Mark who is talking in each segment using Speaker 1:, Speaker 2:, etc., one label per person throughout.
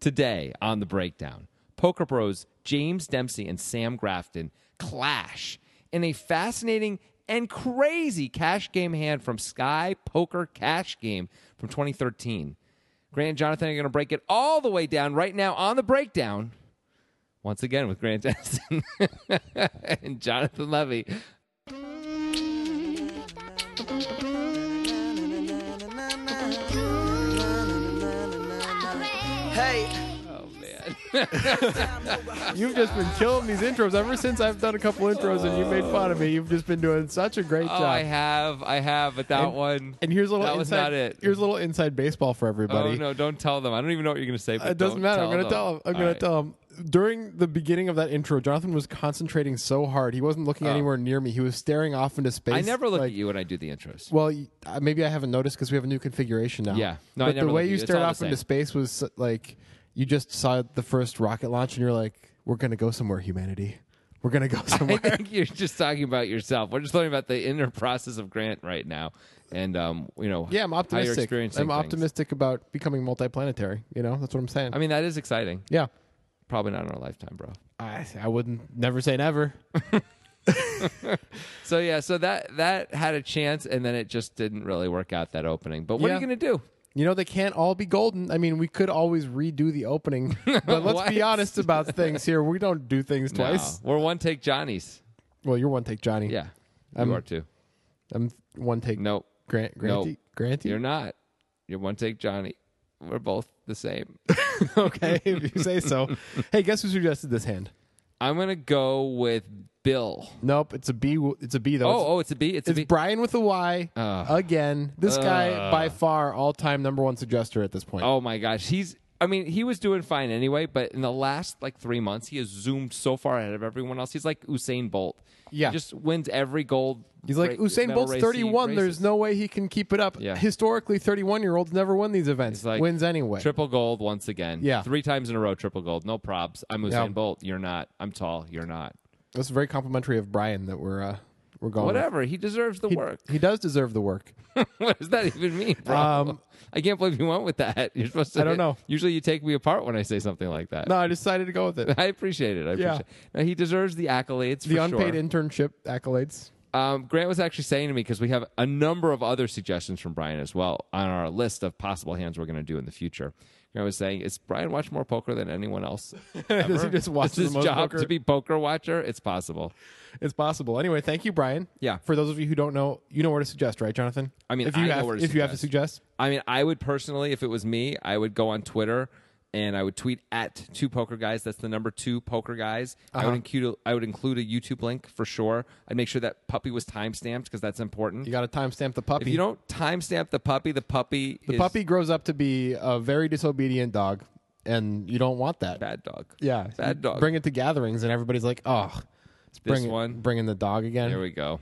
Speaker 1: Today on the breakdown, poker pros James Dempsey and Sam Grafton clash in a fascinating and crazy cash game hand from Sky Poker Cash Game from 2013. Grant and Jonathan are going to break it all the way down right now on the breakdown. Once again with Grant Dennison and Jonathan Levy.
Speaker 2: Hey,
Speaker 1: Oh, man.
Speaker 3: You've just been killing these intros ever since I've done a couple intros and you made fun of me. You've just been doing such a great
Speaker 1: Oh,
Speaker 3: job.
Speaker 1: I have. I have, but that
Speaker 3: And-
Speaker 1: one.
Speaker 3: and here's a little
Speaker 1: That was not
Speaker 3: inside,
Speaker 1: it.
Speaker 3: here's a little inside baseball for everybody. Uh,
Speaker 1: Oh, no, don't tell them. I don't even know what you're going to say. But
Speaker 3: It doesn't
Speaker 1: don't
Speaker 3: matter. I'm
Speaker 1: Tell
Speaker 3: going to tell him. I'm
Speaker 1: All
Speaker 3: going
Speaker 1: right.
Speaker 3: to tell him. During the beginning of that intro, Jonathan was concentrating so hard. He wasn't looking anywhere near me. He was staring off into space.
Speaker 1: Oh. I never look
Speaker 3: like-
Speaker 1: at you when I do the intros.
Speaker 3: Well, y- uh, maybe I haven't noticed because we have a new configuration now.
Speaker 1: Yeah. No, I
Speaker 3: but
Speaker 1: never
Speaker 3: the
Speaker 1: look
Speaker 3: way
Speaker 1: at you.
Speaker 3: you
Speaker 1: It's
Speaker 3: stared
Speaker 1: all the
Speaker 3: off into
Speaker 1: same.
Speaker 3: space was s- like you just saw the first rocket launch and you're like, "We're going to go somewhere, humanity. We're going to go
Speaker 1: I
Speaker 3: somewhere."
Speaker 1: think you're just talking about yourself. We're just talking about the inner process of Grant right now, and um, you know,
Speaker 3: yeah, I'm
Speaker 1: How you're
Speaker 3: optimistic. I'm
Speaker 1: experiencing things.
Speaker 3: optimistic about becoming multiplanetary. You know, that's what I'm saying.
Speaker 1: I mean, that is exciting.
Speaker 3: yeah,
Speaker 1: Probably not in our lifetime, bro.
Speaker 3: I, I wouldn't never say never.
Speaker 1: So yeah, so that that had a chance, and then it just didn't really work out that opening. But what are
Speaker 3: Yeah.
Speaker 1: you going to do?
Speaker 3: You know, they can't all be golden. I mean, we could always redo the opening, but let's
Speaker 1: What?
Speaker 3: be honest about things here. We don't do things twice.
Speaker 1: No, we're one take Johnnies.
Speaker 3: Well, you're one take Johnny.
Speaker 1: Yeah, you
Speaker 3: I'm-
Speaker 1: are too.
Speaker 3: I'm one take
Speaker 1: Nope,
Speaker 3: Grant Granty.
Speaker 1: Nope.
Speaker 3: Granty.
Speaker 1: you're not. You're one take Johnny. We're both the same.
Speaker 3: okay, if you say so. hey, guess who suggested this hand?
Speaker 1: I'm going to go with Bill.
Speaker 3: Nope, it's a B. w- It's a B though.
Speaker 1: Oh, oh, it's a B. It's,
Speaker 3: it's,
Speaker 1: a B. Uh.
Speaker 3: it's Brian with a Y
Speaker 1: Ugh.
Speaker 3: again. This guy
Speaker 1: Ugh.
Speaker 3: by far all time number one suggester at this point.
Speaker 1: Oh my gosh, he's. I mean, he was doing fine anyway, but in the last like three months, he has zoomed so far ahead of everyone else. He's like Usain Bolt.
Speaker 3: Yeah.
Speaker 1: he just wins every gold.
Speaker 3: He's like
Speaker 1: ra-
Speaker 3: Usain
Speaker 1: medal
Speaker 3: Bolt's
Speaker 1: race he
Speaker 3: 31. There's
Speaker 1: races.
Speaker 3: no way he can keep it up.
Speaker 1: Yeah.
Speaker 3: Historically, 31 year olds never won these events.
Speaker 1: He's like,
Speaker 3: Wins anyway.
Speaker 1: Triple gold once again.
Speaker 3: Yeah.
Speaker 1: three times in a row, triple gold. No probs. I'm Usain
Speaker 3: Yeah.
Speaker 1: Bolt. You're not. I'm tall. You're not.
Speaker 3: That's very complimentary of Brian that we're uh, we're going. with.
Speaker 1: Whatever. He deserves the
Speaker 3: He,
Speaker 1: work.
Speaker 3: he does deserve the work.
Speaker 1: what does that even mean, bro?
Speaker 3: Um,
Speaker 1: I can't believe you went with that. You're supposed to.
Speaker 3: I don't know.
Speaker 1: Usually, you take me apart when I say something like that.
Speaker 3: No, I decided to go with it.
Speaker 1: I appreciate it. I
Speaker 3: Yeah.
Speaker 1: appreciate it. No, he deserves the accolades.
Speaker 3: The
Speaker 1: for
Speaker 3: unpaid
Speaker 1: sure.
Speaker 3: internship accolades.
Speaker 1: Um, Grant was actually saying to me because we have a number of other suggestions from Brian as well on our list of possible hands we're going to do in the future. Grant was saying, "Is Brian watch more poker than anyone else?
Speaker 3: Does
Speaker 1: ever?
Speaker 3: he just watch
Speaker 1: Is
Speaker 3: the
Speaker 1: his
Speaker 3: most
Speaker 1: job
Speaker 3: poker?
Speaker 1: to be poker watcher? It's possible.
Speaker 3: It's possible. Anyway, thank you, Brian.
Speaker 1: Yeah.
Speaker 3: For those of you who don't know, you know where to suggest, right, Jonathan?
Speaker 1: I mean,
Speaker 3: if you
Speaker 1: I know
Speaker 3: have,
Speaker 1: where to
Speaker 3: if you have to suggest,
Speaker 1: I mean, I would personally, if it was me, I would go on Twitter and I would tweet at two poker guys. That's the number two poker guys. I would
Speaker 3: Uh-huh.
Speaker 1: include a, I would include a YouTube link for sure. I'd make sure that puppy was timestamped because that's important.
Speaker 3: you got to timestamp the puppy.
Speaker 1: if you don't timestamp the puppy, the puppy
Speaker 3: the
Speaker 1: is
Speaker 3: puppy grows up to be a very disobedient dog, and you don't want that.
Speaker 1: bad dog.
Speaker 3: yeah,
Speaker 1: bad
Speaker 3: You
Speaker 1: dog.
Speaker 3: Bring it to gatherings, and everybody's like, "Oh, it's
Speaker 1: This
Speaker 3: bringing,
Speaker 1: one.
Speaker 3: bringing the dog again."
Speaker 1: There we go.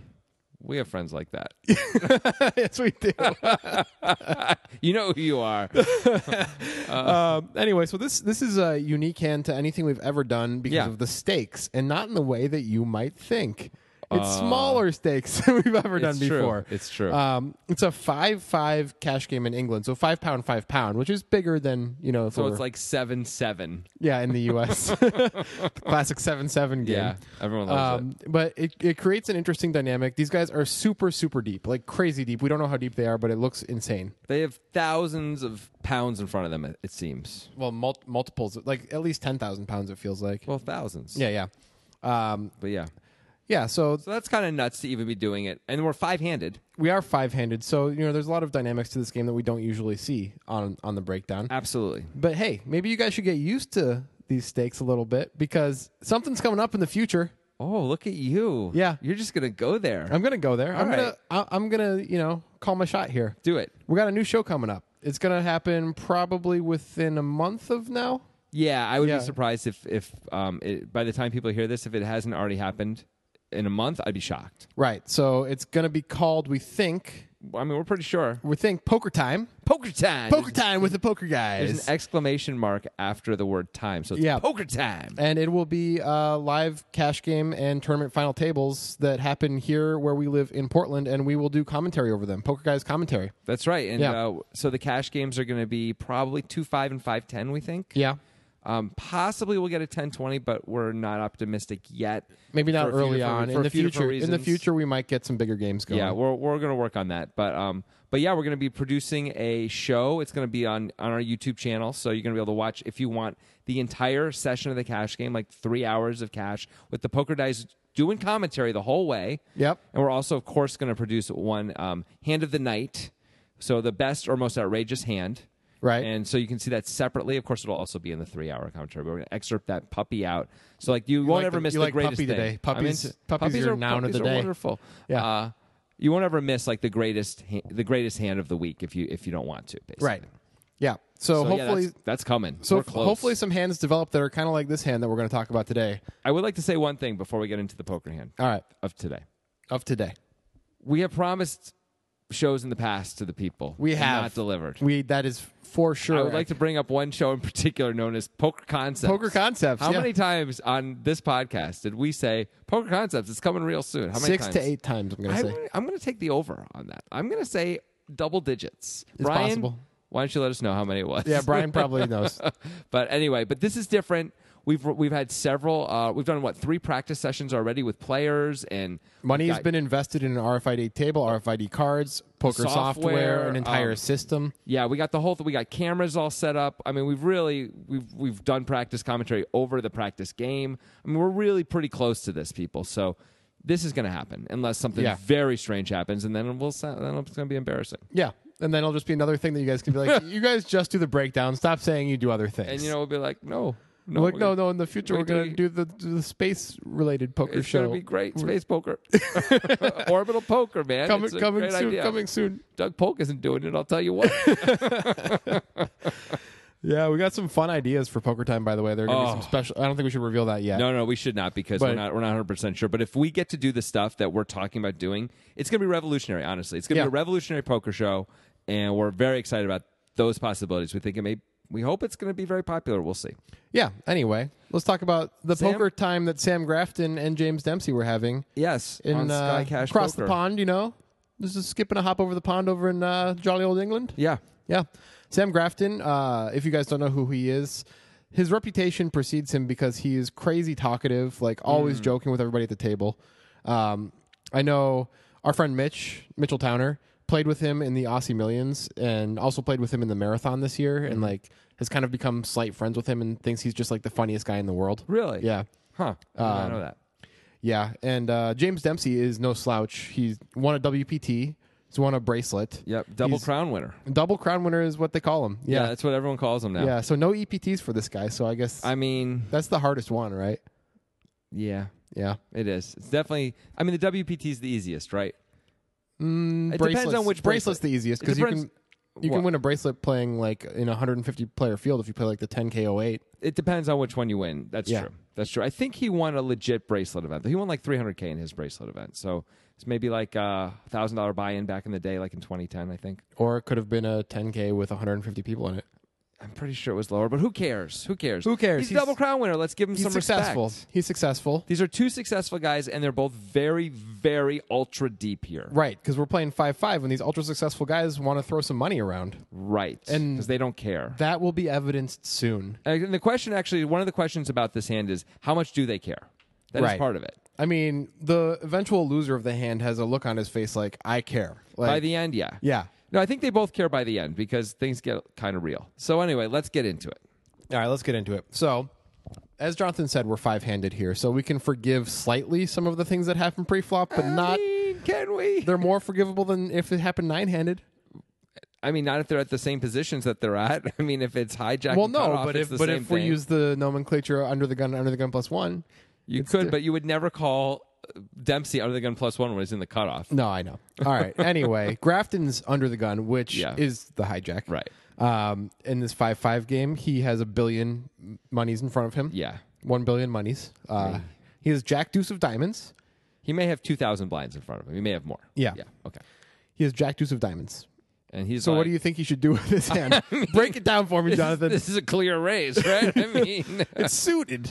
Speaker 1: We have friends like that.
Speaker 3: yes, we do.
Speaker 1: You know who you are.
Speaker 3: um, anyway, so this this is a unique hand to anything we've ever done because
Speaker 1: Yeah.
Speaker 3: of the stakes, and not in the way that you might think. It's smaller stakes than we've ever
Speaker 1: Uh,
Speaker 3: done
Speaker 1: it's true.
Speaker 3: before.
Speaker 1: It's true.
Speaker 3: Um, it's a five-five cash game in England, so five pound, five pound, which is bigger than you know. if it
Speaker 1: So
Speaker 3: were-
Speaker 1: it's like seven seven.
Speaker 3: yeah, in the U.S. classic seven-seven game.
Speaker 1: Yeah, everyone loves
Speaker 3: Um, but it, it creates an interesting dynamic. These guys are super, super deep, like crazy deep. We don't know how deep they are, but it looks insane.
Speaker 1: it. They have thousands of pounds in front of them. It, it seems.
Speaker 3: Well, mul- multiples, like at least 10,000 pounds, it feels like.
Speaker 1: Well, thousands.
Speaker 3: Yeah, yeah. Um,
Speaker 1: but yeah.
Speaker 3: yeah, so
Speaker 1: So that's kind of nuts to even be doing it. And we're five handed.
Speaker 3: we are five-handed. So, you know, there's a lot of dynamics to this game that we don't usually see on on the breakdown.
Speaker 1: Absolutely.
Speaker 3: But hey, maybe you guys should get used to these stakes a little bit because something's coming up in the future.
Speaker 1: Oh, look at you.
Speaker 3: Yeah.
Speaker 1: You're just gonna go there.
Speaker 3: I'm going to go there. I'm
Speaker 1: All
Speaker 3: going
Speaker 1: right.
Speaker 3: to I I'm going to, you know, call my shot here.
Speaker 1: Do it.
Speaker 3: We got a new show coming up. It's going to happen probably within a month of now.
Speaker 1: Yeah, I would
Speaker 3: Yeah.
Speaker 1: be surprised if if um it, by the time people hear this, if it hasn't already happened in a month, I'd be shocked.
Speaker 3: Right. So it's going to be called we think
Speaker 1: I mean, we're pretty sure.
Speaker 3: we think poker time.
Speaker 1: Poker time.
Speaker 3: Poker time with the poker guys.
Speaker 1: There's an exclamation mark after the word time. So it's
Speaker 3: Yeah. Eh.
Speaker 1: poker time.
Speaker 3: and it will be uh, live cash game and tournament final tables that happen here where we live in Portland, and we will do commentary over them. Poker guys commentary.
Speaker 1: That's right. And
Speaker 3: Yeah.
Speaker 1: uh, so the cash games are going to be probably 2 5 and 5 10, we think.
Speaker 3: Yeah.
Speaker 1: Um, possibly we'll get a 10-20, but we're not optimistic yet.
Speaker 3: Maybe not
Speaker 1: for a few
Speaker 3: early
Speaker 1: different-
Speaker 3: on.
Speaker 1: for
Speaker 3: In
Speaker 1: a
Speaker 3: the
Speaker 1: few different
Speaker 3: future, in the
Speaker 1: reasons.
Speaker 3: future, we might get some bigger games going.
Speaker 1: Yeah, we're we're gonna work on that. But um, but yeah, we're gonna be producing a show. It's gonna be on on our YouTube channel, so you're gonna be able to watch if you want the entire session of the cash game, like three hours of cash with the poker dice doing commentary the whole way.
Speaker 3: Yep.
Speaker 1: And we're also, of course, gonna produce one um, hand of the night, so the best or most outrageous hand.
Speaker 3: Right.
Speaker 1: And so you can see that separately. Of course, it'll also be in the three-hour commentary. But we're going to excerpt that puppy out. So like you, won't
Speaker 3: like
Speaker 1: ever
Speaker 3: the-
Speaker 1: miss
Speaker 3: you
Speaker 1: the
Speaker 3: like
Speaker 1: greatest
Speaker 3: puppy
Speaker 1: thing.
Speaker 3: today.
Speaker 1: I'm
Speaker 3: Puppies- puppies
Speaker 1: puppies
Speaker 3: are
Speaker 1: are
Speaker 3: noun of the
Speaker 1: puppies are
Speaker 3: day.
Speaker 1: wonderful.
Speaker 3: Yeah.
Speaker 1: Uh, you won't ever miss like the greatest ha- the greatest hand of the week if you if you don't want to. Basically.
Speaker 3: Right. Yeah. So,
Speaker 1: So, yeah,
Speaker 3: hopefully,
Speaker 1: that's, that's coming.
Speaker 3: so
Speaker 1: We're
Speaker 3: f-
Speaker 1: close.
Speaker 3: hopefully some hands develop that are kind of like this hand that we're going to talk about today.
Speaker 1: I would like to say one thing before we get into the poker hand
Speaker 3: All right,
Speaker 1: of today.
Speaker 3: of today,
Speaker 1: We have promised shows in the past to the people.
Speaker 3: We
Speaker 1: and
Speaker 3: have.
Speaker 1: not delivered.
Speaker 3: we that is for sure.
Speaker 1: I would like to bring up one show in particular known as Poker Concepts.
Speaker 3: poker concepts.
Speaker 1: How
Speaker 3: yeah.
Speaker 1: many times on this podcast did we say Poker Concepts? It's coming real soon. How many
Speaker 3: Six
Speaker 1: times?
Speaker 3: to eight times. I'm going to
Speaker 1: I'm,
Speaker 3: say.
Speaker 1: I'm going to take the over on that. I'm going to say double digits. It's Brian,
Speaker 3: possible.
Speaker 1: Why don't you let us know how many it was?
Speaker 3: Yeah, Brian probably knows.
Speaker 1: but anyway, but this is different. We've we've had several. Uh, we've done what three practice sessions already with players and
Speaker 3: Money
Speaker 1: we've
Speaker 3: has
Speaker 1: got-
Speaker 3: been invested in an RFID table, RFID cards, poker
Speaker 1: Software,
Speaker 3: software, an entire
Speaker 1: um,
Speaker 3: system.
Speaker 1: Yeah, we got the whole. Th- we got cameras all set up. I mean, we've really we've we've done practice commentary over the practice game. I mean, we're really pretty close to this, people. So this is going to happen unless something
Speaker 3: Yeah.
Speaker 1: very strange happens, and then we'll sa- then it's going to be embarrassing.
Speaker 3: Yeah. And then it'll just be another thing that you guys can be like, you guys just do the breakdown. Stop saying you do other things.
Speaker 1: And you know, we'll be like, no, no,
Speaker 3: no, like,
Speaker 1: we're
Speaker 3: no,
Speaker 1: gonna-
Speaker 3: no. In the future,
Speaker 1: we
Speaker 3: we're going to
Speaker 1: do-
Speaker 3: do the, do the space related poker
Speaker 1: It's
Speaker 3: show.
Speaker 1: gonna be great, space poker, orbital poker, man.
Speaker 3: coming,
Speaker 1: It's a
Speaker 3: coming
Speaker 1: great
Speaker 3: soon.
Speaker 1: idea.
Speaker 3: Coming soon.
Speaker 1: Doug Polk isn't doing it. I'll tell you what.
Speaker 3: Yeah, we got some fun ideas for poker time. By the way, there are going to be
Speaker 1: Oh.
Speaker 3: some special. I don't think we should reveal that yet.
Speaker 1: No, no, we should not because we're
Speaker 3: But-
Speaker 1: not we're not 100 percent sure. But if we get to do the stuff that we're talking about doing, it's going to be revolutionary. Honestly, it's going to
Speaker 3: Yeah.
Speaker 1: be a revolutionary poker show, and we're very excited about those possibilities. We think it may. We hope it's going to be very popular. We'll see.
Speaker 3: Yeah. Anyway, let's talk about the
Speaker 1: Sam?
Speaker 3: poker time that Sam Grafton and James Dempsey were having
Speaker 1: Yes,
Speaker 3: in
Speaker 1: on
Speaker 3: uh,
Speaker 1: Sky Cash
Speaker 3: across
Speaker 1: Poker.
Speaker 3: the pond. You know, this is skipping a hop over the pond over in uh, jolly old England.
Speaker 1: Yeah,
Speaker 3: Yeah. Sam Grafton, uh, if you guys don't know who he is, his reputation precedes him because he is crazy talkative, like always
Speaker 1: Mm.
Speaker 3: joking with everybody at the table. Um, I know our friend Mitch, Mitchell Towner, played with him in the Aussie Millions and also played with him in the marathon this year
Speaker 1: Mm-hmm.
Speaker 3: and like has kind of become slight friends with him and thinks he's just like the funniest guy in the world.
Speaker 1: really.
Speaker 3: Yeah. Um,
Speaker 1: huh? I didn't know that.
Speaker 3: Yeah. And uh, James Dempsey is no slouch. He's won a WPT, he's won a bracelet.
Speaker 1: Yep, double
Speaker 3: he's-
Speaker 1: crown winner.
Speaker 3: Double crown winner is what they call him.
Speaker 1: Yeah.
Speaker 3: Yeah.
Speaker 1: that's what everyone calls him now.
Speaker 3: Yeah, so no EPTs for this guy. So I guess
Speaker 1: I mean,
Speaker 3: that's the hardest one, right?
Speaker 1: yeah,
Speaker 3: Yeah.
Speaker 1: it is. It's definitely. I mean, the WPT is the easiest, right?
Speaker 3: Mm,
Speaker 1: It depends on which
Speaker 3: bracelet's
Speaker 1: bracelet.
Speaker 3: the easiest
Speaker 1: It
Speaker 3: because you can
Speaker 1: depends-
Speaker 3: you
Speaker 1: What?
Speaker 3: can win a bracelet playing like in a 150 player field if you play like the 10k08.
Speaker 1: It depends on which one you win. That's
Speaker 3: Yeah.
Speaker 1: true. That's true. I think he won a legit bracelet event. He won like 300k in his bracelet event. So it's maybe like a thousand dollar buy in back in the day, like in 2010. I think.
Speaker 3: Or it could have been a 10k with 150 people in it.
Speaker 1: I'm pretty sure it was lower, but who cares? Who cares?
Speaker 3: Who cares?
Speaker 1: He's, a
Speaker 3: He's-
Speaker 1: double crown winner. Let's give him
Speaker 3: He's
Speaker 1: some
Speaker 3: successful.
Speaker 1: respect.
Speaker 3: He's successful.
Speaker 1: These are two successful guys, and they're both very, very ultra deep here.
Speaker 3: Right, because we're playing 5 5 and these ultra successful guys want to throw some money around.
Speaker 1: Right.
Speaker 3: And-
Speaker 1: because they don't care.
Speaker 3: That will be evidenced soon.
Speaker 1: and the question, actually, one of the questions about this hand is how much do they care? That is
Speaker 3: Right.
Speaker 1: part of it.
Speaker 3: I mean, the eventual loser of the hand has a look on his face like, I care. Like,
Speaker 1: By the end, yeah.
Speaker 3: yeah.
Speaker 1: No, I think they both care by the end because things get kind of real. So anyway, let's get into it.
Speaker 3: All right, let's get into it. So, as Jonathan said, we're five handed here, so we can forgive slightly some of the things that happen pre flop, but not.
Speaker 1: can we?
Speaker 3: They're more forgivable than if it happened nine handed.
Speaker 1: I mean, not if they're at the same positions that they're at. I mean, if it's hijacked.
Speaker 3: Well,
Speaker 1: and
Speaker 3: no,
Speaker 1: cutoff,
Speaker 3: but
Speaker 1: it's
Speaker 3: if
Speaker 1: the
Speaker 3: but
Speaker 1: same
Speaker 3: if we
Speaker 1: thing.
Speaker 3: use the nomenclature under the gun, under the gun plus one.
Speaker 1: you could, but you would never call Dempsey under the gun plus one when he's in the cutoff.
Speaker 3: No, I know. All right. Anyway, Grafton's under the gun, which
Speaker 1: Yeah.
Speaker 3: is the hijack.
Speaker 1: Right.
Speaker 3: Um, in this five five game, he has a billion monies in front of him.
Speaker 1: Yeah,
Speaker 3: One billion monies. Uh, he has Jack Deuce of diamonds.
Speaker 1: he may have two thousand blinds in front of him. He may have more.
Speaker 3: Yeah.
Speaker 1: yeah, okay.
Speaker 3: He has Jack Deuce of diamonds.
Speaker 1: And he's
Speaker 3: So
Speaker 1: like,
Speaker 3: what do you think he should do with his hand? Break it down for me, Jonathan.
Speaker 1: This is a clear raise, right? I mean,
Speaker 3: it's suited.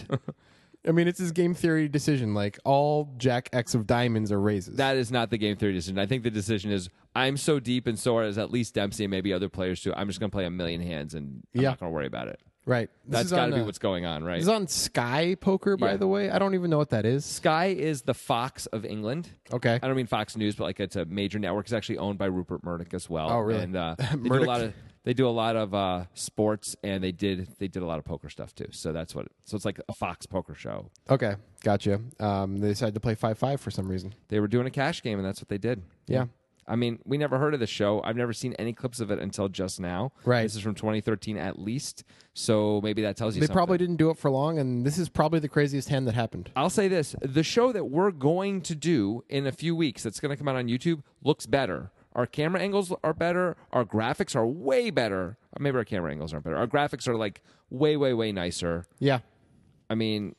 Speaker 3: I mean, it's his game theory decision. Like all Jack X of diamonds are raises.
Speaker 1: that is not the game theory decision. I think the decision is I'm so deep, and so is at least Dempsey and maybe other players too. I'm just going to play a million hands, and I'm
Speaker 3: Yeah.
Speaker 1: not going to worry about it.
Speaker 3: Right. This
Speaker 1: That's
Speaker 3: is on,
Speaker 1: got to be
Speaker 3: uh,
Speaker 1: what's going on, right?
Speaker 3: This is on Sky Poker, by
Speaker 1: Yeah.
Speaker 3: the way. I don't even know what that is.
Speaker 1: Sky is the Fox of England.
Speaker 3: Okay.
Speaker 1: I don't mean Fox News, but like it's a major network. It's actually owned by Rupert Murdoch as well.
Speaker 3: Oh, really?
Speaker 1: And uh, they do a
Speaker 3: Murdoch?
Speaker 1: lot of they do a lot of uh, sports, and they did they did a lot of poker stuff too. So that's what. so it's like a Fox poker show.
Speaker 3: Okay. Gotcha. Um, they decided to play five five for some reason.
Speaker 1: They were doing a cash game, and that's what they did.
Speaker 3: Yeah.
Speaker 1: I mean, we never heard of the show. I've never seen any clips of it until just now.
Speaker 3: Right.
Speaker 1: This is from 2013 at least. So maybe that tells you
Speaker 3: They
Speaker 1: something.
Speaker 3: probably didn't do it for long, and this is probably the craziest hand that happened.
Speaker 1: I'll say this: the show that we're going to do in a few weeks, that's going to come out on YouTube, looks better. Our camera angles are better. Our graphics are way better. Or Maybe our camera angles aren't better. Our graphics are like way, way, way nicer.
Speaker 3: Yeah.
Speaker 1: I mean,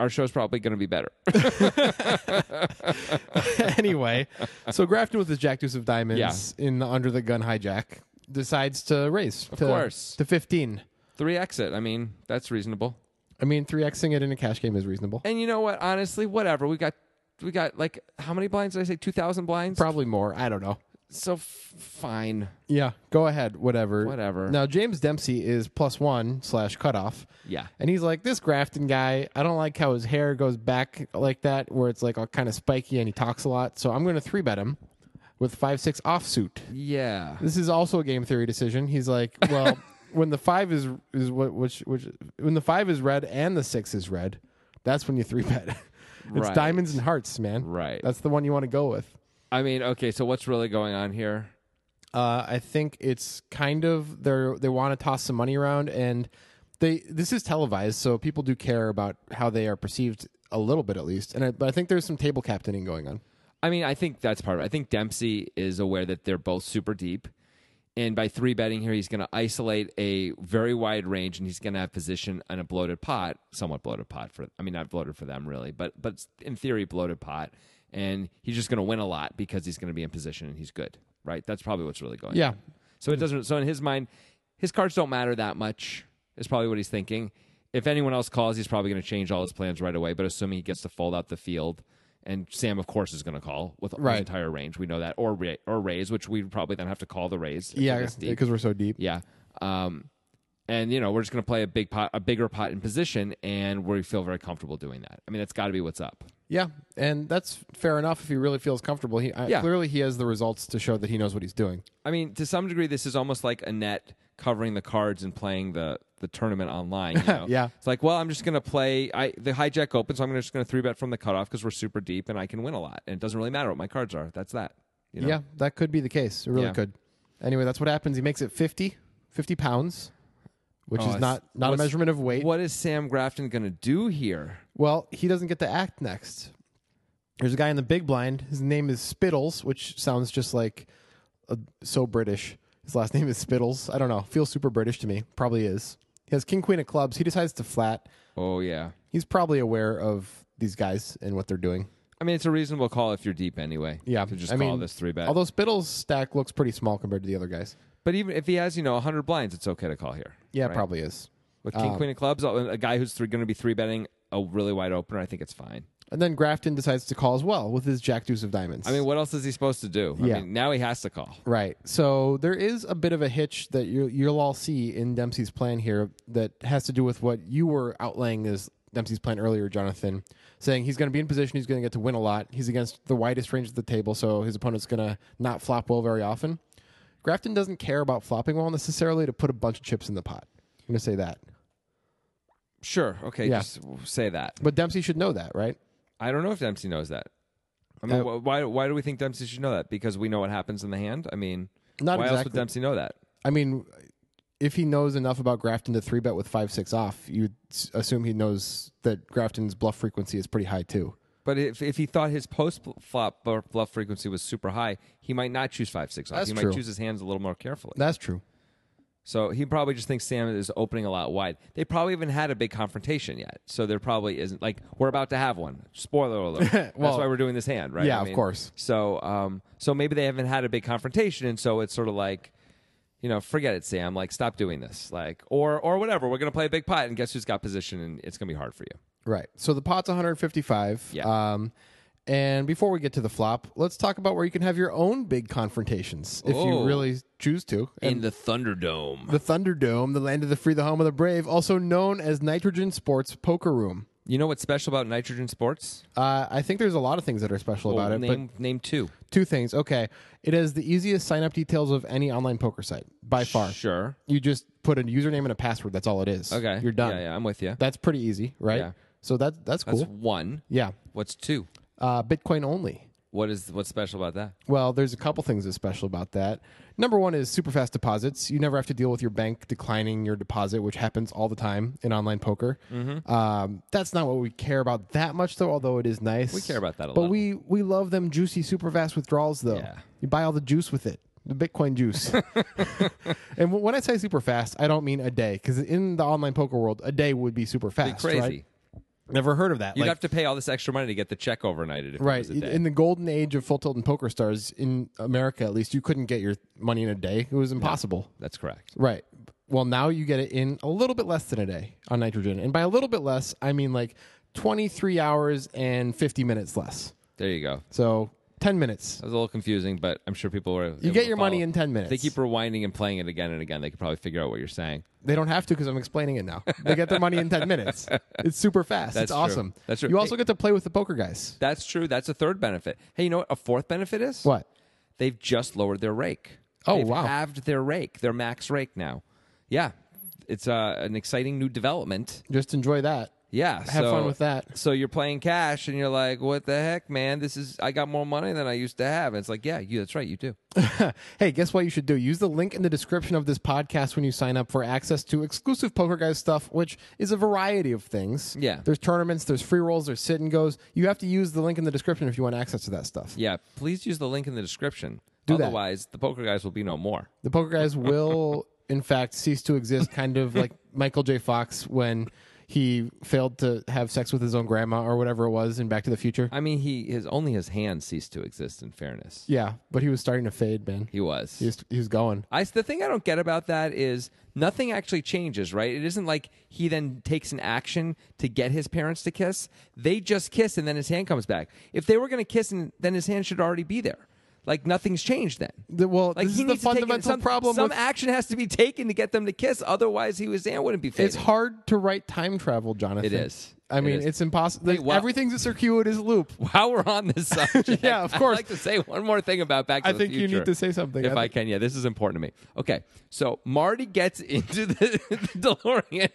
Speaker 1: our show's probably going to be better.
Speaker 3: anyway, so Grafton with his Jack Deuce of Diamonds in the under the gun hijack decides to raise of to,
Speaker 1: course.
Speaker 3: to 15.
Speaker 1: Three exit. I mean, that's reasonable.
Speaker 3: I mean, 3xing it in a cash game is reasonable.
Speaker 1: And you know what? Honestly, whatever. We got, we got like how many blinds did I say? Two thousand blinds.
Speaker 3: Probably more. I don't know.
Speaker 1: so f- fine.
Speaker 3: Yeah, go ahead. Whatever.
Speaker 1: Whatever.
Speaker 3: Now, James Dempsey is plus one slash cutoff.
Speaker 1: Yeah.
Speaker 3: And he's like, this Grafton guy, I don't like how his hair goes back like that, where it's like all kind of spiky and he talks a lot. So I'm going to three bet him with 5 6 offsuit.
Speaker 1: Yeah.
Speaker 3: This is also a game theory decision. He's like, well, when the five is is what which which when the five is red and the six is red, that's when you three bet. it's
Speaker 1: Right.
Speaker 3: diamonds and hearts, man.
Speaker 1: Right.
Speaker 3: That's the one you want to go with.
Speaker 1: I mean, okay. So what's really going on here?
Speaker 3: Uh, I think it's kind of they are they want to toss some money around, and they this is televised, so people do care about how they are perceived a little bit at least. And I, but I think there's some table captaining going on.
Speaker 1: I mean, I think that's part of it. I think Dempsey is aware that they're both super deep. And by three betting here, he's going to isolate a very wide range and he's going to have position on a bloated pot, somewhat bloated pot for, I mean, not bloated for them really, but, but in theory, bloated pot. And he's just going to win a lot because he's going to be in position and he's good, right? That's probably what's really going
Speaker 3: Yeah.
Speaker 1: on. So it doesn't, so in his mind, his cards don't matter that much, is probably what he's thinking. If anyone else calls, he's probably going to change all his plans right away. But assuming he gets to fold out the field, and Sam, of course, is going to call with his
Speaker 3: Right.
Speaker 1: entire range. We know that, or ra- or raise, which we would probably then have to call the raise. if it
Speaker 3: Yeah,
Speaker 1: gets deep.
Speaker 3: because we're so deep.
Speaker 1: yeah. Um, and you know, we're just going to play a big pot, a bigger pot in position, and we feel very comfortable doing that. I mean, that's got to be what's up.
Speaker 3: Yeah, and that's fair enough if he really feels comfortable. He I,
Speaker 1: Yeah.
Speaker 3: clearly he has the results to show that he knows what he's doing.
Speaker 1: I mean, to some degree, this is almost like Annette covering the cards and playing the the tournament online. You know?
Speaker 3: Yeah.
Speaker 1: it's like, well, I'm just gonna play. I the hijack open, so I'm just gonna three bet from the cutoff because we're super deep and I can win a lot, and it doesn't really matter what my cards are. That's that. You know?
Speaker 3: Yeah, that could be the case. It really
Speaker 1: Yeah.
Speaker 3: could. Anyway, that's what happens. He makes it 50, 50 pounds, which
Speaker 1: Oh,
Speaker 3: is
Speaker 1: it's-
Speaker 3: not not a
Speaker 1: what's-
Speaker 3: measurement of weight.
Speaker 1: What is Sam Grafton gonna do here?
Speaker 3: Well, he doesn't get to act next. There's a guy in the big blind. His name is Spittles, which sounds just like uh, so British. His last name is Spittles. I don't know. Feels super British to me. Probably is. He has king queen of clubs. He decides to flat.
Speaker 1: Oh yeah,
Speaker 3: He's probably aware of these guys and what they're doing.
Speaker 1: I mean, it's a reasonable call if you're deep anyway.
Speaker 3: Yeah,
Speaker 1: to just
Speaker 3: I
Speaker 1: call
Speaker 3: mean,
Speaker 1: this three bet.
Speaker 3: Although Spittle's stack looks pretty small compared to the other guys.
Speaker 1: but even if he has, you know, 100 blinds, it's okay to call here.
Speaker 3: Yeah, uh,
Speaker 1: right?
Speaker 3: probably is.
Speaker 1: With king, queen of clubs, a guy who's three, gonna be three betting a really wide opener, I think it's fine.
Speaker 3: And then Grafton decides to call as well with his Jack Deuce of Diamonds.
Speaker 1: I mean, what else is he supposed to do? I
Speaker 3: Yeah.
Speaker 1: mean, now he has to call.
Speaker 3: right. So there is a bit of a hitch that you you'll all see in Dempsey's plan here that has to do with what you were outlaying as Dempsey's plan earlier, Jonathan, saying he's going to be in position, he's going to get to win a lot. He's against the widest range of the table, so his opponent's going to not flop well very often. Grafton doesn't care about flopping well necessarily to put a bunch of chips in the pot. I'm going to say that.
Speaker 1: Sure. Okay.
Speaker 3: Yeah.
Speaker 1: Just say that.
Speaker 3: But Dempsey should know that, right?
Speaker 1: I don't know if Dempsey knows that. I mean,
Speaker 3: Uh,
Speaker 1: wh- why why do we think Dempsey should know that? Because we know what happens in the hand. I mean,
Speaker 3: Not
Speaker 1: why else would
Speaker 3: exactly.
Speaker 1: Dempsey know that?
Speaker 3: I mean, if he knows enough about Grafton to three bet with five six off, you'd s- assume he knows that Grafton's bluff frequency is pretty high too.
Speaker 1: But if, if he thought his post bl- flop bl- bluff frequency was super high, he might not choose five six off.
Speaker 3: That's
Speaker 1: he
Speaker 3: true.
Speaker 1: might choose his hands a little more carefully.
Speaker 3: That's true.
Speaker 1: So he probably just thinks Sam is opening a lot wide. They probably haven't had a big confrontation yet, so there probably isn't. Like we're about to have one. Spoiler alert. That's why we're doing this hand, right?
Speaker 3: yeah, of course.
Speaker 1: So, um, so maybe they haven't had a big confrontation, and so it's sort of like, you know, forget it, Sam. Like, stop doing this. Like, or or whatever. We're gonna play a big pot, and guess who's got position, and it's gonna be hard for you.
Speaker 3: Right. So the pot's 155.
Speaker 1: Yeah.
Speaker 3: Um, And before we get to the flop, let's talk about where you can have your own big confrontations if
Speaker 1: Oh.
Speaker 3: you really choose to. And
Speaker 1: in the Thunderdome.
Speaker 3: the Thunderdome, the land of the free, the home of the brave, also known as Nitrogen Sports Poker Room.
Speaker 1: You know what's special about Nitrogen Sports?
Speaker 3: Uh, I think there's a lot of things that are special about it,
Speaker 1: name name two.
Speaker 3: but two things. Okay, it has the easiest sign up details of any online poker site by far.
Speaker 1: Sure.
Speaker 3: You just put a username and a password. That's all it is.
Speaker 1: Okay.
Speaker 3: you're done.
Speaker 1: Yeah, yeah, I'm with you.
Speaker 3: That's pretty easy, right?
Speaker 1: Yeah.
Speaker 3: So that that's cool.
Speaker 1: That's one.
Speaker 3: yeah,
Speaker 1: What's two?
Speaker 3: uh, Bitcoin only.
Speaker 1: What is what's special about that?
Speaker 3: Well, there's a couple things that's special about that. Number one is super fast deposits. You never have to deal with your bank declining your deposit, which happens all the time in online poker.
Speaker 1: Mm-hmm.
Speaker 3: Um, that's not what we care about that much, though. Although it is nice, we
Speaker 1: care about that a
Speaker 3: but
Speaker 1: lot.
Speaker 3: we we love them juicy, super fast withdrawals, though.
Speaker 1: Yeah.
Speaker 3: You buy all the juice with it, the Bitcoin juice. and when I say super fast, I don't mean a day, because in the online poker world, a day would be super fast.
Speaker 1: Crazy.
Speaker 3: right? Never heard of that.
Speaker 1: You'd
Speaker 3: Like-
Speaker 1: have to pay all this extra money to get the check overnighted. If
Speaker 3: Right.
Speaker 1: It was a day.
Speaker 3: In the golden age of full tilt and poker stars in America, at least, you couldn't get your money in a day. It was impossible.
Speaker 1: That's correct.
Speaker 3: Right. Well, now you get it in a little bit less than a day on nitrogen. And by a little bit less, I mean like 23 hours and 50 minutes less.
Speaker 1: There you go.
Speaker 3: So 10 minutes.
Speaker 1: That was a little confusing, but I'm sure people were.
Speaker 3: You get your money in 10
Speaker 1: If
Speaker 3: minutes.
Speaker 1: they keep rewinding and playing it again and again. They could probably figure out what you're saying.
Speaker 3: They don't have to because I'm explaining it now. They get their money in 10 minutes. It's super fast.
Speaker 1: That's
Speaker 3: it's
Speaker 1: true.
Speaker 3: awesome.
Speaker 1: That's true.
Speaker 3: You also
Speaker 1: Hey-
Speaker 3: get to play with the poker guys.
Speaker 1: That's true. That's a third benefit. Hey, you know what? A fourth benefit is
Speaker 3: What?
Speaker 1: They've just lowered their rake.
Speaker 3: Oh,
Speaker 1: They've
Speaker 3: wow.
Speaker 1: Halved their rake, their max rake now. Yeah, it's uh, an exciting new development.
Speaker 3: Just enjoy that.
Speaker 1: Yeah,
Speaker 3: Have
Speaker 1: so-
Speaker 3: fun with that.
Speaker 1: So you're playing cash, and you're like, "What the heck, man? This is I got more money than I used to have." And it's like, "Yeah, you, that's right, you do."
Speaker 3: hey, guess what you should do? Use the link in the description of this podcast when you sign up for access to exclusive Poker Guys stuff, which is a variety of things.
Speaker 1: Yeah.
Speaker 3: There's tournaments, there's free rolls, there's sit and goes. You have to use the link in the description if you want access to that stuff.
Speaker 1: Yeah, please use the link in the description.
Speaker 3: Do that.
Speaker 1: Otherwise, the poker guys will be no more.
Speaker 3: The Poker Guys will, in fact, cease to exist, kind of like Michael J. Fox when he failed to have sex with his own grandma or whatever it was in Back to the Future.
Speaker 1: I mean, he his only his hand ceased to exist. In fairness,
Speaker 3: Yeah, but he was starting to fade, man.
Speaker 1: he was.
Speaker 3: He was, he was going.
Speaker 1: I the thing I don't get about that is nothing actually changes, right? It isn't like he then takes an action to get his parents to kiss. They just kiss and then his hand comes back. If they were going to kiss, and then his hand should already be there. Like nothing's changed then.
Speaker 3: The- well,
Speaker 1: Like
Speaker 3: this
Speaker 1: he
Speaker 3: is the
Speaker 1: needs to take it-
Speaker 3: fundamental
Speaker 1: some,
Speaker 3: problem
Speaker 1: Some
Speaker 3: with-
Speaker 1: action has to be taken to get them to kiss. Otherwise, he his hand wouldn't be. Fading.
Speaker 3: It's hard to write time travel, Jonathan.
Speaker 1: It is.
Speaker 3: I
Speaker 1: It
Speaker 3: mean,
Speaker 1: is.
Speaker 3: it's impossible.
Speaker 1: wow.
Speaker 3: Everything's a circuitous loop.
Speaker 1: While we're on this subject,
Speaker 3: Yeah, of course.
Speaker 1: I'd like to say one more thing about Back to
Speaker 3: I
Speaker 1: the
Speaker 3: think you
Speaker 1: Future,
Speaker 3: need to say something.
Speaker 1: If
Speaker 3: I
Speaker 1: I, can, yeah, this is important to me. Okay, so Marty gets into the, the DeLorean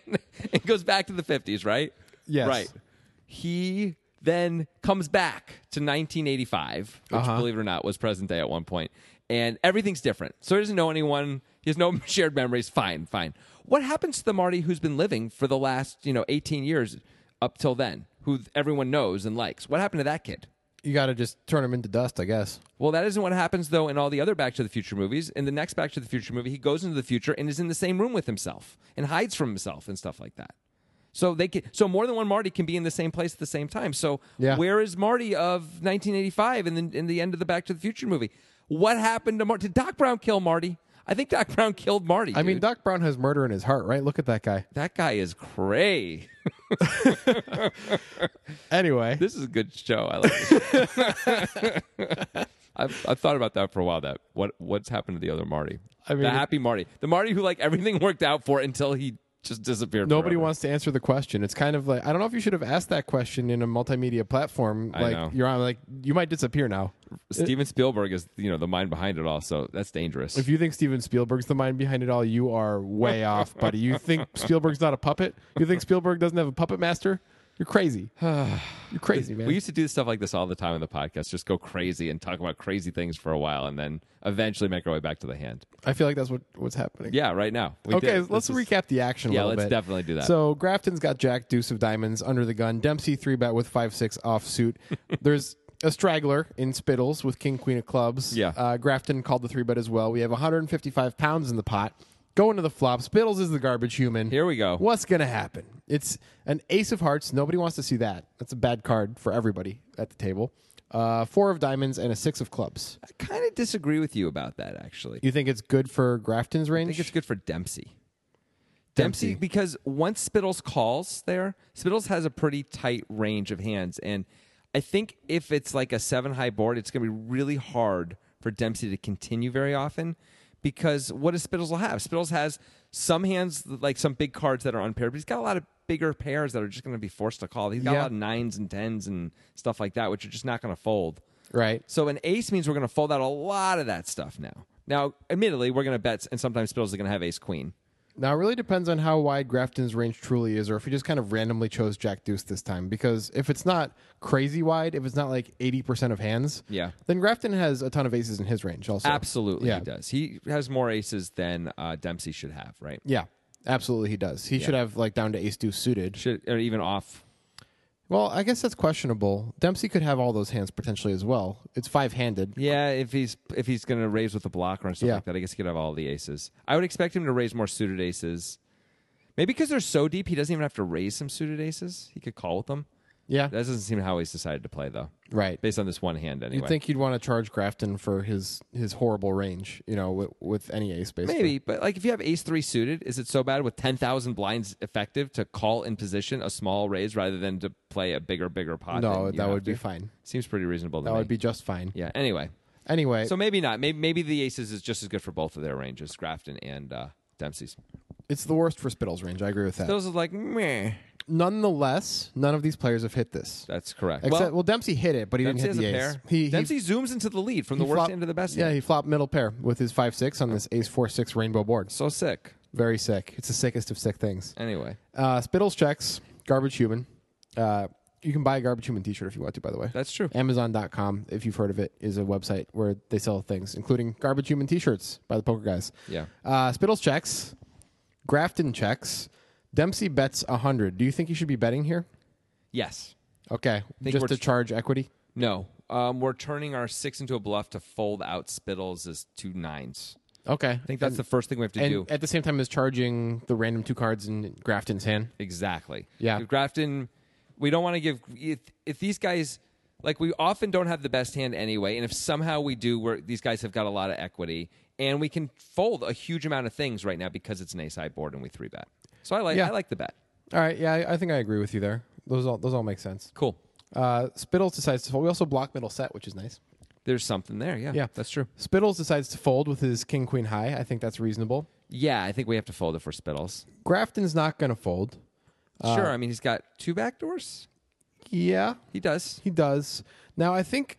Speaker 1: and goes back to the 50s, right?
Speaker 3: Yes.
Speaker 1: Right. He then comes back to 1985, which, believe it or not, was present day at one point, and everything's different. So he doesn't know anyone. He has no shared memories. Fine, fine. What happens to the Marty who's been living for the last, you know, 18 years up till then, who everyone knows and likes? What happened to that kid?
Speaker 3: You got to just turn them into dust, I guess.
Speaker 1: Well, that isn't what happens though in all the other Back to the Future movies. In the next Back to the Future movie, he goes into the future and is in the same room with himself and hides from himself and stuff like that. So they can, so more than one Marty can be in the same place at the same time. So
Speaker 3: Yeah.
Speaker 1: where is Marty of 1985 in the in the end of the Back to the Future movie? What happened to Marty? Did Doc Brown kill Marty? I think Doc Brown killed Marty.
Speaker 3: I mean,
Speaker 1: dude.
Speaker 3: Doc Brown has murder in his heart, right? Look at that guy.
Speaker 1: that guy is cray.
Speaker 3: Anyway,
Speaker 1: This is a good show. I like. This I've, I've thought about that for a while. That what what's happened to the other Marty?
Speaker 3: I mean-
Speaker 1: the happy Marty, the Marty who like everything worked out for until he just disappeared.
Speaker 3: nobody
Speaker 1: forever.
Speaker 3: wants to answer the question. It's kind of like I don't know if you should have asked that question in a multimedia platform. like
Speaker 1: know.
Speaker 3: you're on, like you might disappear now.
Speaker 1: Steven Spielberg is you know the mind behind it all, so that's dangerous.
Speaker 3: If you think Steven Spielberg's the mind behind it all, you are way off, buddy. You think Spielberg's not a puppet? You think Spielberg doesn't have a puppet master? You're crazy. You're crazy, man.
Speaker 1: we used to do stuff like this all the time in the podcast, just go crazy and talk about crazy things for a while, and then eventually make our way back to the hand.
Speaker 3: I feel like that's what, what's happening.
Speaker 1: Yeah, right now. We
Speaker 3: okay,
Speaker 1: did.
Speaker 3: let's
Speaker 1: This is-
Speaker 3: recap the action. A
Speaker 1: Yeah,
Speaker 3: little
Speaker 1: let's
Speaker 3: bit.
Speaker 1: definitely do that.
Speaker 3: So Grafton's got Jack Deuce of Diamonds under the gun. Dempsey three bet with five six offsuit. There's a straggler in Spittles with King Queen of Clubs.
Speaker 1: Yeah.
Speaker 3: uh, Grafton called the three bet as well. We have 155 pounds in the pot. Go into the flop. Spittles is the garbage human.
Speaker 1: Here we go.
Speaker 3: What's gonna happen? It's an ace of hearts. Nobody wants to see that. That's a bad card for everybody at the table. Uh, four of diamonds and a six of clubs.
Speaker 1: I kind of disagree with you about that actually.
Speaker 3: You think it's good for Grafton's range?
Speaker 1: I think it's good for Dempsey.
Speaker 3: Dempsey.
Speaker 1: Dempsey, because once Spittles calls there, Spittles has a pretty tight range of hands. And I think if it's like a seven high board, it's going to be really hard for Dempsey to continue very often because what does Spittles will have? Spittles has some hands, like some big cards that are unpaired, but he's got a lot of bigger pairs that are just going to be forced to call. He's got a
Speaker 3: Yeah.
Speaker 1: lot of nines and tens and stuff like that, which are just not going to fold.
Speaker 3: Right.
Speaker 1: So an ace means we're going to fold out a lot of that stuff now. Now, admittedly, we're going to bet, and sometimes Spittles is going to have ace queen.
Speaker 3: Now it really depends on how wide Grafton's range truly is, or if he just kind of randomly chose Jack Deuce this time. Because if it's not crazy wide, if it's not like eighty percent of hands,
Speaker 1: Yeah.
Speaker 3: then Grafton has a ton of aces in his range. Also,
Speaker 1: Absolutely,
Speaker 3: Yeah.
Speaker 1: he does. He has more aces than uh, Dempsey should have, right?
Speaker 3: yeah, absolutely, he does. He should have like down to Ace Deuce suited.
Speaker 1: Should or even off.
Speaker 3: Well, I guess that's questionable. Dempsey could have all those hands potentially as well. It's five handed.
Speaker 1: Yeah, if he's if he's going to raise with a blocker and stuff
Speaker 3: Yeah.
Speaker 1: like that, I guess he could have all the aces. I would expect him to raise more suited aces. Maybe because they're so deep, he doesn't even have to raise some suited aces. He could call with them.
Speaker 3: Yeah,
Speaker 1: That doesn't seem how he's decided to play, though.
Speaker 3: right.
Speaker 1: Based on this one hand, anyway.
Speaker 3: You'd think you'd want to charge Grafton for his his horrible range, you know, with, with any ace basically.
Speaker 1: Maybe, but like if you have ace three suited, is it so bad with 10,000 blinds effective to call in position a small raise rather than to play a bigger, bigger pot? than
Speaker 3: No,
Speaker 1: you
Speaker 3: that
Speaker 1: have
Speaker 3: would
Speaker 1: to?
Speaker 3: be fine.
Speaker 1: Seems pretty reasonable to
Speaker 3: That
Speaker 1: me.
Speaker 3: would be just fine.
Speaker 1: yeah, anyway.
Speaker 3: Anyway,
Speaker 1: So maybe not. Maybe, maybe the aces is just as good for both of their ranges, Grafton and uh, Dempsey's.
Speaker 3: it's the worst for Spittle's range. I agree with that.
Speaker 1: Those are like, meh.
Speaker 3: Nonetheless, none of these players have hit this.
Speaker 1: That's correct.
Speaker 3: Except, well,
Speaker 1: well,
Speaker 3: Dempsey hit it, but he
Speaker 1: Dempsey
Speaker 3: didn't
Speaker 1: has
Speaker 3: hit
Speaker 1: a
Speaker 3: the ace.
Speaker 1: pair.
Speaker 3: He, he-
Speaker 1: Dempsey zooms into the lead from the
Speaker 3: he
Speaker 1: worst
Speaker 3: flopped-
Speaker 1: end to the best
Speaker 3: Yeah,
Speaker 1: end.
Speaker 3: he flopped middle pair with his five six on this ace four six rainbow board.
Speaker 1: So sick.
Speaker 3: Very sick. It's the sickest of sick things.
Speaker 1: Anyway,
Speaker 3: Uh, Spittles checks garbage human. Uh, you can buy a garbage human T-shirt if you want to. By the way,
Speaker 1: that's true.
Speaker 3: Amazon.com, if you've heard of it, is a website where they sell things, including garbage human T-shirts by the poker guys.
Speaker 1: Yeah.
Speaker 3: Uh, Spittles checks. Grafton checks. Dempsey bets hundred. Do you think you should be betting here?
Speaker 1: Yes.
Speaker 3: Okay,
Speaker 1: Think
Speaker 3: just
Speaker 1: we're
Speaker 3: to
Speaker 1: tr-
Speaker 3: charge equity.
Speaker 1: No. Um, we're turning our six into a bluff to fold out Spittles as two nines.
Speaker 3: Okay,
Speaker 1: I think that's the first thing we have to
Speaker 3: and
Speaker 1: do.
Speaker 3: at the same time as charging the random two cards in Grafton's hand.
Speaker 1: Exactly.
Speaker 3: Yeah.
Speaker 1: If Grafton, we don't want to give if, if these guys like we often don't have the best hand anyway, and if somehow we do, where these guys have got a lot of equity, and we can fold a huge amount of things right now because it's an ace high board and we three bet. So I like
Speaker 3: Yeah.
Speaker 1: I like the bet.
Speaker 3: All right, yeah, I, I think I agree with you there. Those all those all make sense.
Speaker 1: Cool.
Speaker 3: Uh, Spittles decides to fold. We also block middle set, which is nice.
Speaker 1: There's something there. Yeah.
Speaker 3: Yeah.
Speaker 1: That's true.
Speaker 3: Spittles decides to fold with his king queen high. I think that's reasonable.
Speaker 1: Yeah, I think we have to fold it for Spittles.
Speaker 3: Grafton's not going to fold. Uh,
Speaker 1: sure. I mean, he's got two back doors.
Speaker 3: Yeah,
Speaker 1: He does.
Speaker 3: he does. Now I think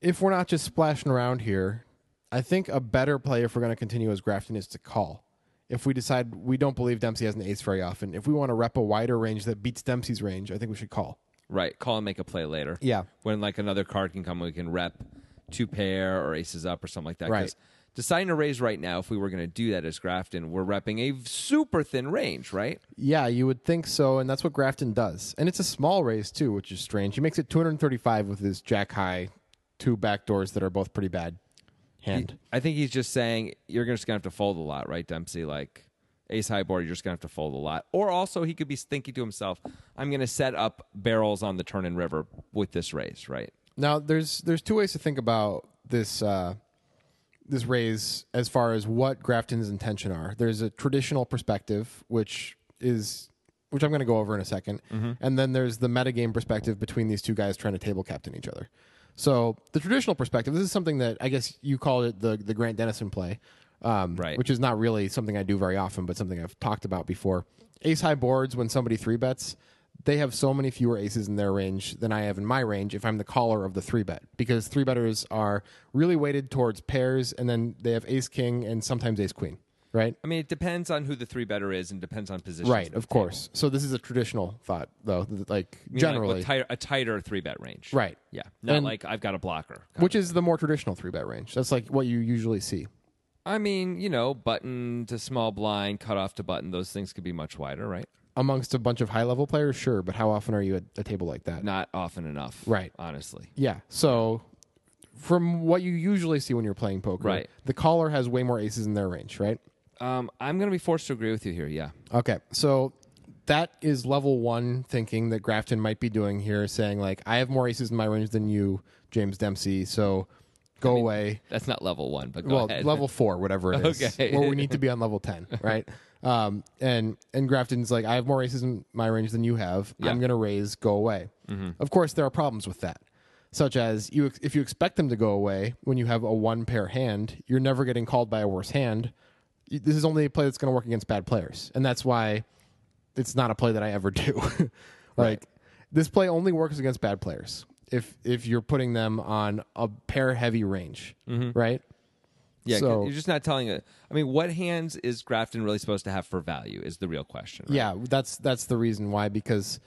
Speaker 3: if we're not just splashing around here, I think a better play if we're going to continue as Grafton is to call. If we decide we don't believe Dempsey has an ace very often, if we want to rep a wider range that beats Dempsey's range, I think we should call.
Speaker 1: Right. Call and make a play later.
Speaker 3: Yeah.
Speaker 1: When like another card can come, we can rep two pair or aces up or something like that.
Speaker 3: Right.
Speaker 1: 'Cause Deciding to raise right now, if we were going to do that as Grafton, we're repping a super thin range, right?
Speaker 3: Yeah, you would think so, and that's what Grafton does. And it's a small raise too, which is strange. He makes it 235 with his jack high, two back doors that are both pretty bad. Hand.
Speaker 1: I think he's just saying you're just going to have to fold a lot, right, Dempsey? Like ace high board, you're just going to have to fold a lot. Or also, he could be thinking to himself, I'm going to set up barrels on the turn and river with this raise, right?
Speaker 3: Now there's there's two ways to think about this uh, this raise as far as what Grafton's intention are. There's a traditional perspective, which is which I'm going to go over in a 2nd and then there's the metagame perspective between these two guys trying to table captain each other. So the traditional perspective, this is something that I guess you called it the the Grant Dennison play, um,
Speaker 1: Right.
Speaker 3: Which is not really something I do very often, but something I've talked about before. Ace high boards when somebody three bets, they have so many fewer aces in their range than I have in my range if I'm the caller of the three bet because three betters are really weighted towards pairs and then they have ace king and sometimes ace queen, right?
Speaker 1: I mean, it depends on who the three better is and depends on position.
Speaker 3: Right, of course. So this is a traditional thought though, th- like generally.
Speaker 1: a tighter three bet range.
Speaker 3: Right.
Speaker 1: Yeah. Not
Speaker 3: And-
Speaker 1: like I've got a blocker.
Speaker 3: which is the more traditional three bet range. That's like what you usually see.
Speaker 1: I mean, you know, button to small blind, cut off to button, those things could be much wider, right?
Speaker 3: Amongst a bunch of high level players, sure, but how often are you at a table like that?
Speaker 1: Not often enough.
Speaker 3: Right.
Speaker 1: Honestly.
Speaker 3: Yeah. So from what you usually see when you're playing poker,
Speaker 1: Right.
Speaker 3: the caller has way more aces in their range, right?
Speaker 1: Um, I'm going to be forced to agree with you here. Yeah.
Speaker 3: Okay. So that is level one thinking that Grafton might be doing here, saying like, I have more aces in my range than you, James Dempsey, so go away.
Speaker 1: That's not level one, but go
Speaker 3: Well,
Speaker 1: ahead.
Speaker 3: level four, whatever it is.
Speaker 1: Okay.
Speaker 3: Or we need to be on level ten, right? Um, and and Grafton's like, I have more aces in my range than you have. I'm going to raise, go away.
Speaker 1: Mm-hmm.
Speaker 3: Of course, there are problems with that, such as you ex- if you expect them to go away when you have a one pair hand, you're never getting called by a worse hand. Y- This is only a play that's going to work against bad players, and that's why it's not a play that I ever do. like this play only works against bad players if if you're putting them on a pair heavy range, right?
Speaker 1: Mm-hmm. Yeah, 'cause
Speaker 3: So-
Speaker 1: you're just not telling it. I mean, what hands is Grafton really supposed to have for value is the real question. right?
Speaker 3: Yeah, that's that's the reason why. Because,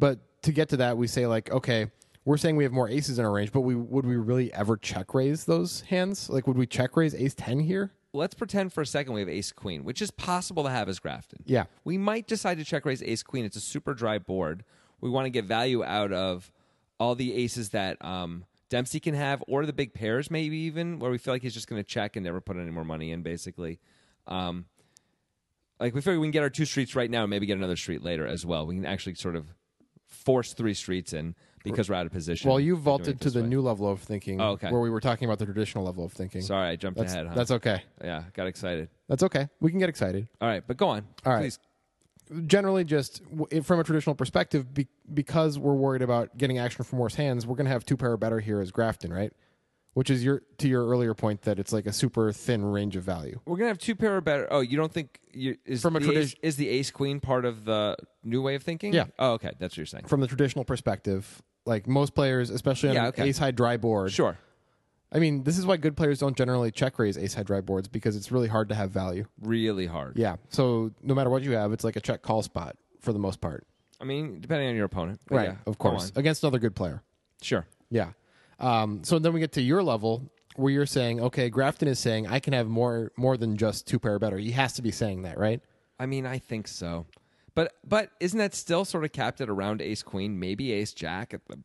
Speaker 3: but to get to that, we say like, okay, we're saying we have more aces in our range, but we would we really ever check raise those hands? Like, would we check raise ace ten here?
Speaker 1: Let's pretend for a second we have ace queen, which is possible to have as Grafton.
Speaker 3: Yeah.
Speaker 1: We might decide to check raise ace queen. It's a super dry board. We want to get value out of all the aces that um, Dempsey can have or the big pairs, maybe even, where we feel like he's just going to check and never put any more money in, basically. Um, like we figure we can get our two streets right now and maybe get another street later as well. We can actually sort of force three streets in because we're out of position.
Speaker 3: Well, you
Speaker 1: by doing it
Speaker 3: vaulted to
Speaker 1: this
Speaker 3: the
Speaker 1: way.
Speaker 3: new level of thinking,
Speaker 1: Oh, okay.
Speaker 3: where we were talking about the traditional level of thinking.
Speaker 1: Sorry, I jumped
Speaker 3: that's,
Speaker 1: ahead. Huh?
Speaker 3: that's okay.
Speaker 1: yeah, got excited.
Speaker 3: That's okay. We can get excited.
Speaker 1: All right, but go on.
Speaker 3: All right.
Speaker 1: Please.
Speaker 3: Generally, just w- if- from a traditional perspective, be, because we're worried about getting action from worse hands, we're going to have two pair or better here as Grafton, right? Which is your to your earlier point that it's like a super thin range of value.
Speaker 1: We're gonna have two pair or better. Oh, you don't think you, is
Speaker 3: From a
Speaker 1: the
Speaker 3: tradi-
Speaker 1: ace, is the ace queen part of the new way of thinking?
Speaker 3: Yeah.
Speaker 1: Oh, okay, that's what you're saying.
Speaker 3: from the traditional perspective, like most players, especially on
Speaker 1: Yeah,
Speaker 3: an
Speaker 1: okay.
Speaker 3: ace high dry board.
Speaker 1: Sure.
Speaker 3: I mean, this is why good players don't generally check raise ace high dry boards because it's really hard to have value.
Speaker 1: Really hard.
Speaker 3: Yeah. So no matter what you have, it's like a check call spot for the most part.
Speaker 1: I mean, depending on your opponent. but yeah,
Speaker 3: Of
Speaker 1: go
Speaker 3: course.
Speaker 1: on.
Speaker 3: Against another good player.
Speaker 1: Sure.
Speaker 3: Yeah. Um, so then we get to your level where you're saying, okay, Grafton is saying I can have more more than just two pair or better. He has to be saying that, right?
Speaker 1: I mean, I think so. But but isn't that still sort of capped at around ace queen, maybe ace jack at the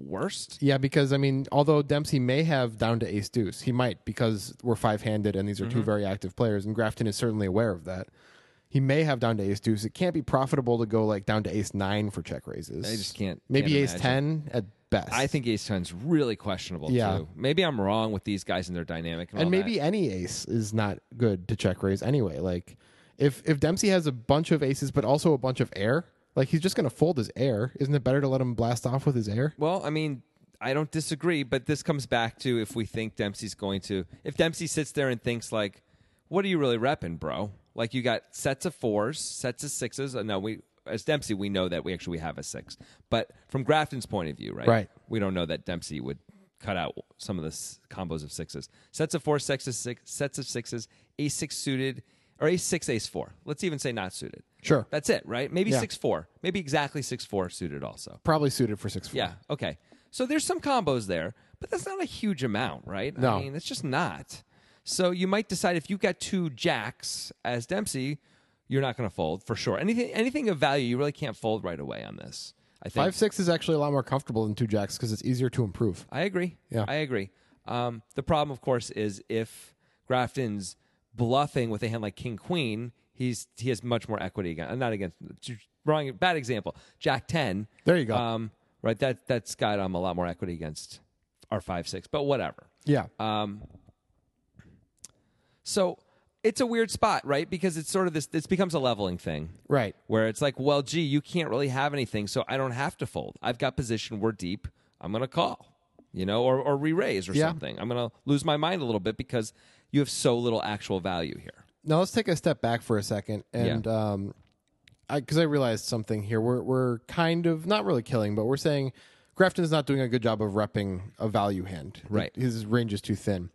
Speaker 1: worst?
Speaker 3: Yeah, because I mean, although Dempsey may have down to ace deuce, he might because we're five handed and these are two very active players, and Grafton is certainly aware of that. He may have down to ace deuce. It can't be profitable to go like down to ace nine for check raises.
Speaker 1: I just can't-
Speaker 3: Maybe
Speaker 1: can't
Speaker 3: ace ten at best.
Speaker 1: I think ace ten's really questionable
Speaker 3: Yeah.
Speaker 1: too. Maybe I'm wrong with these guys and their dynamic and,
Speaker 3: and
Speaker 1: all that.
Speaker 3: maybe any ace is not good to check raise anyway. Like if if Dempsey has a bunch of aces but also a bunch of air, like he's just gonna fold his air. Isn't it better to let him blast off with his air?
Speaker 1: Well, I mean, I don't disagree, but this comes back to if we think Dempsey's going to, if Dempsey sits there and thinks like, "What are you really repping, bro?" Like you got sets of fours, sets of sixes. Uh, No, we as Dempsey, we know that we actually have a six, but from Grafton's point of view, right?
Speaker 3: Right.
Speaker 1: We don't know that Dempsey would cut out some of the s- combos of sixes, sets of four, sets of six, sets of sixes, ace six suited or ace six, ace four. Let's even say not suited.
Speaker 3: Sure.
Speaker 1: That's it, right? Maybe
Speaker 3: Yeah.
Speaker 1: six four, maybe exactly six four suited also.
Speaker 3: Probably suited for six four.
Speaker 1: Yeah. Okay. So there's some combos there, but that's not a huge amount, right? I
Speaker 3: No.
Speaker 1: mean, it's just not. So you might decide if you've got two jacks as Dempsey, you're not going to fold for sure. Anything anything of value, you really can't fold right away on this. I think.
Speaker 3: Five six is actually a lot more comfortable than two jacks because it's easier to improve.
Speaker 1: I agree.
Speaker 3: Yeah.
Speaker 1: I agree. Um, the problem, of course, is if Grafton's bluffing with a hand like King Queen, he's he has much more equity against. Not against. Wrong. Bad example. Jack ten.
Speaker 3: There you go.
Speaker 1: Um, right. That that's got um a lot more equity against our five six. But whatever.
Speaker 3: Yeah.
Speaker 1: Um, so it's a weird spot, right? Because it's sort of this. This becomes a leveling thing,
Speaker 3: right.
Speaker 1: where it's like, well, gee, you can't really have anything, so I don't have to fold. I've got position. We're deep. I'm going to call, you know, or, or re raise or
Speaker 3: Yeah.
Speaker 1: something. I'm going to lose my mind a little bit because you have so little actual value here.
Speaker 3: Now let's take a step back for a second and um I because I, realized something here. We're we're kind of not really killing, but we're saying Grafton is not doing a good job of repping a value hand.
Speaker 1: Right.
Speaker 3: His range is too thin.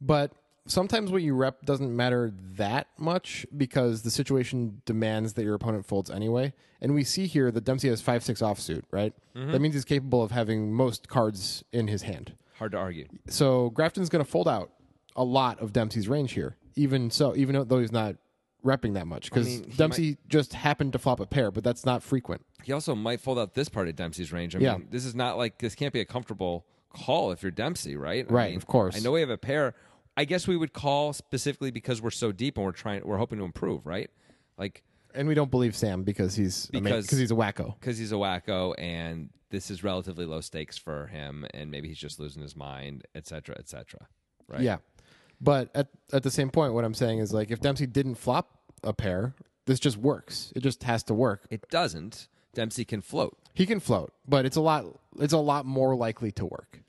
Speaker 3: But sometimes what you rep doesn't matter that much because the situation demands that your opponent folds anyway. And we see here that Dempsey has five six offsuit, right? That means he's capable of having most cards in his hand.
Speaker 1: Hard to argue.
Speaker 3: So Grafton's going to fold out a lot of Dempsey's range here. Even so, even though he's not repping that much, because
Speaker 1: mean, he
Speaker 3: Dempsey just happened to flop a pair, but that's not frequent.
Speaker 1: He also might fold out this part of Dempsey's range. I
Speaker 3: Yeah.
Speaker 1: mean, this is not like this can't be a comfortable call if you're Dempsey, right? I
Speaker 3: Right,
Speaker 1: mean,
Speaker 3: of course.
Speaker 1: I know we have a pair. I guess we would call specifically because we're so deep and we're trying, we're hoping to improve, right? Like
Speaker 3: And we don't believe Sam because he's because
Speaker 1: Because-
Speaker 3: he's a wacko.
Speaker 1: because he's a wacko and this is relatively low stakes for him and maybe he's just losing his mind et cetera et cetera right
Speaker 3: Yeah, but at at the same point, what I'm saying is like if Dempsey didn't flop a pair. This just works. It just has to work.
Speaker 1: It doesn't. Dempsey can float.
Speaker 3: He can float, but it's a lot. It's a lot more likely to work.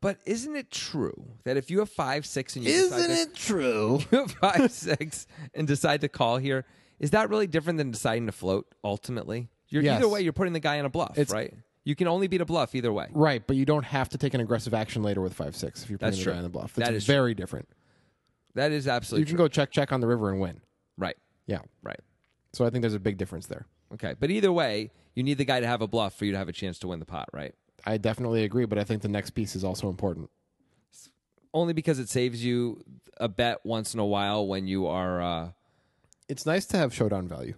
Speaker 1: But isn't it true that if you have five six and you decide to,
Speaker 3: true?
Speaker 1: you have five six and decide to call here, is that really different than deciding to float? Ultimately, you're
Speaker 3: Yes.
Speaker 1: either way. You're putting the guy in a bluff,
Speaker 3: It's-
Speaker 1: right? You can only beat a bluff either way.
Speaker 3: Right, but you don't have to take an aggressive action later with five six if you're
Speaker 1: That's
Speaker 3: putting the
Speaker 1: true.
Speaker 3: guy on the bluff. That's
Speaker 1: That is true.
Speaker 3: very different.
Speaker 1: That is
Speaker 3: You
Speaker 1: absolutely
Speaker 3: can go check check on the river and win.
Speaker 1: true. right.
Speaker 3: Yeah,
Speaker 1: Right.
Speaker 3: so I think there's a big difference there.
Speaker 1: Okay. But either way, you need the guy to have a bluff for you to have a chance to win the pot, right?
Speaker 3: I definitely agree, but I think the next piece is also important.
Speaker 1: Only because it saves you a bet once in a while when you are. Uh,
Speaker 3: It's nice to have showdown value.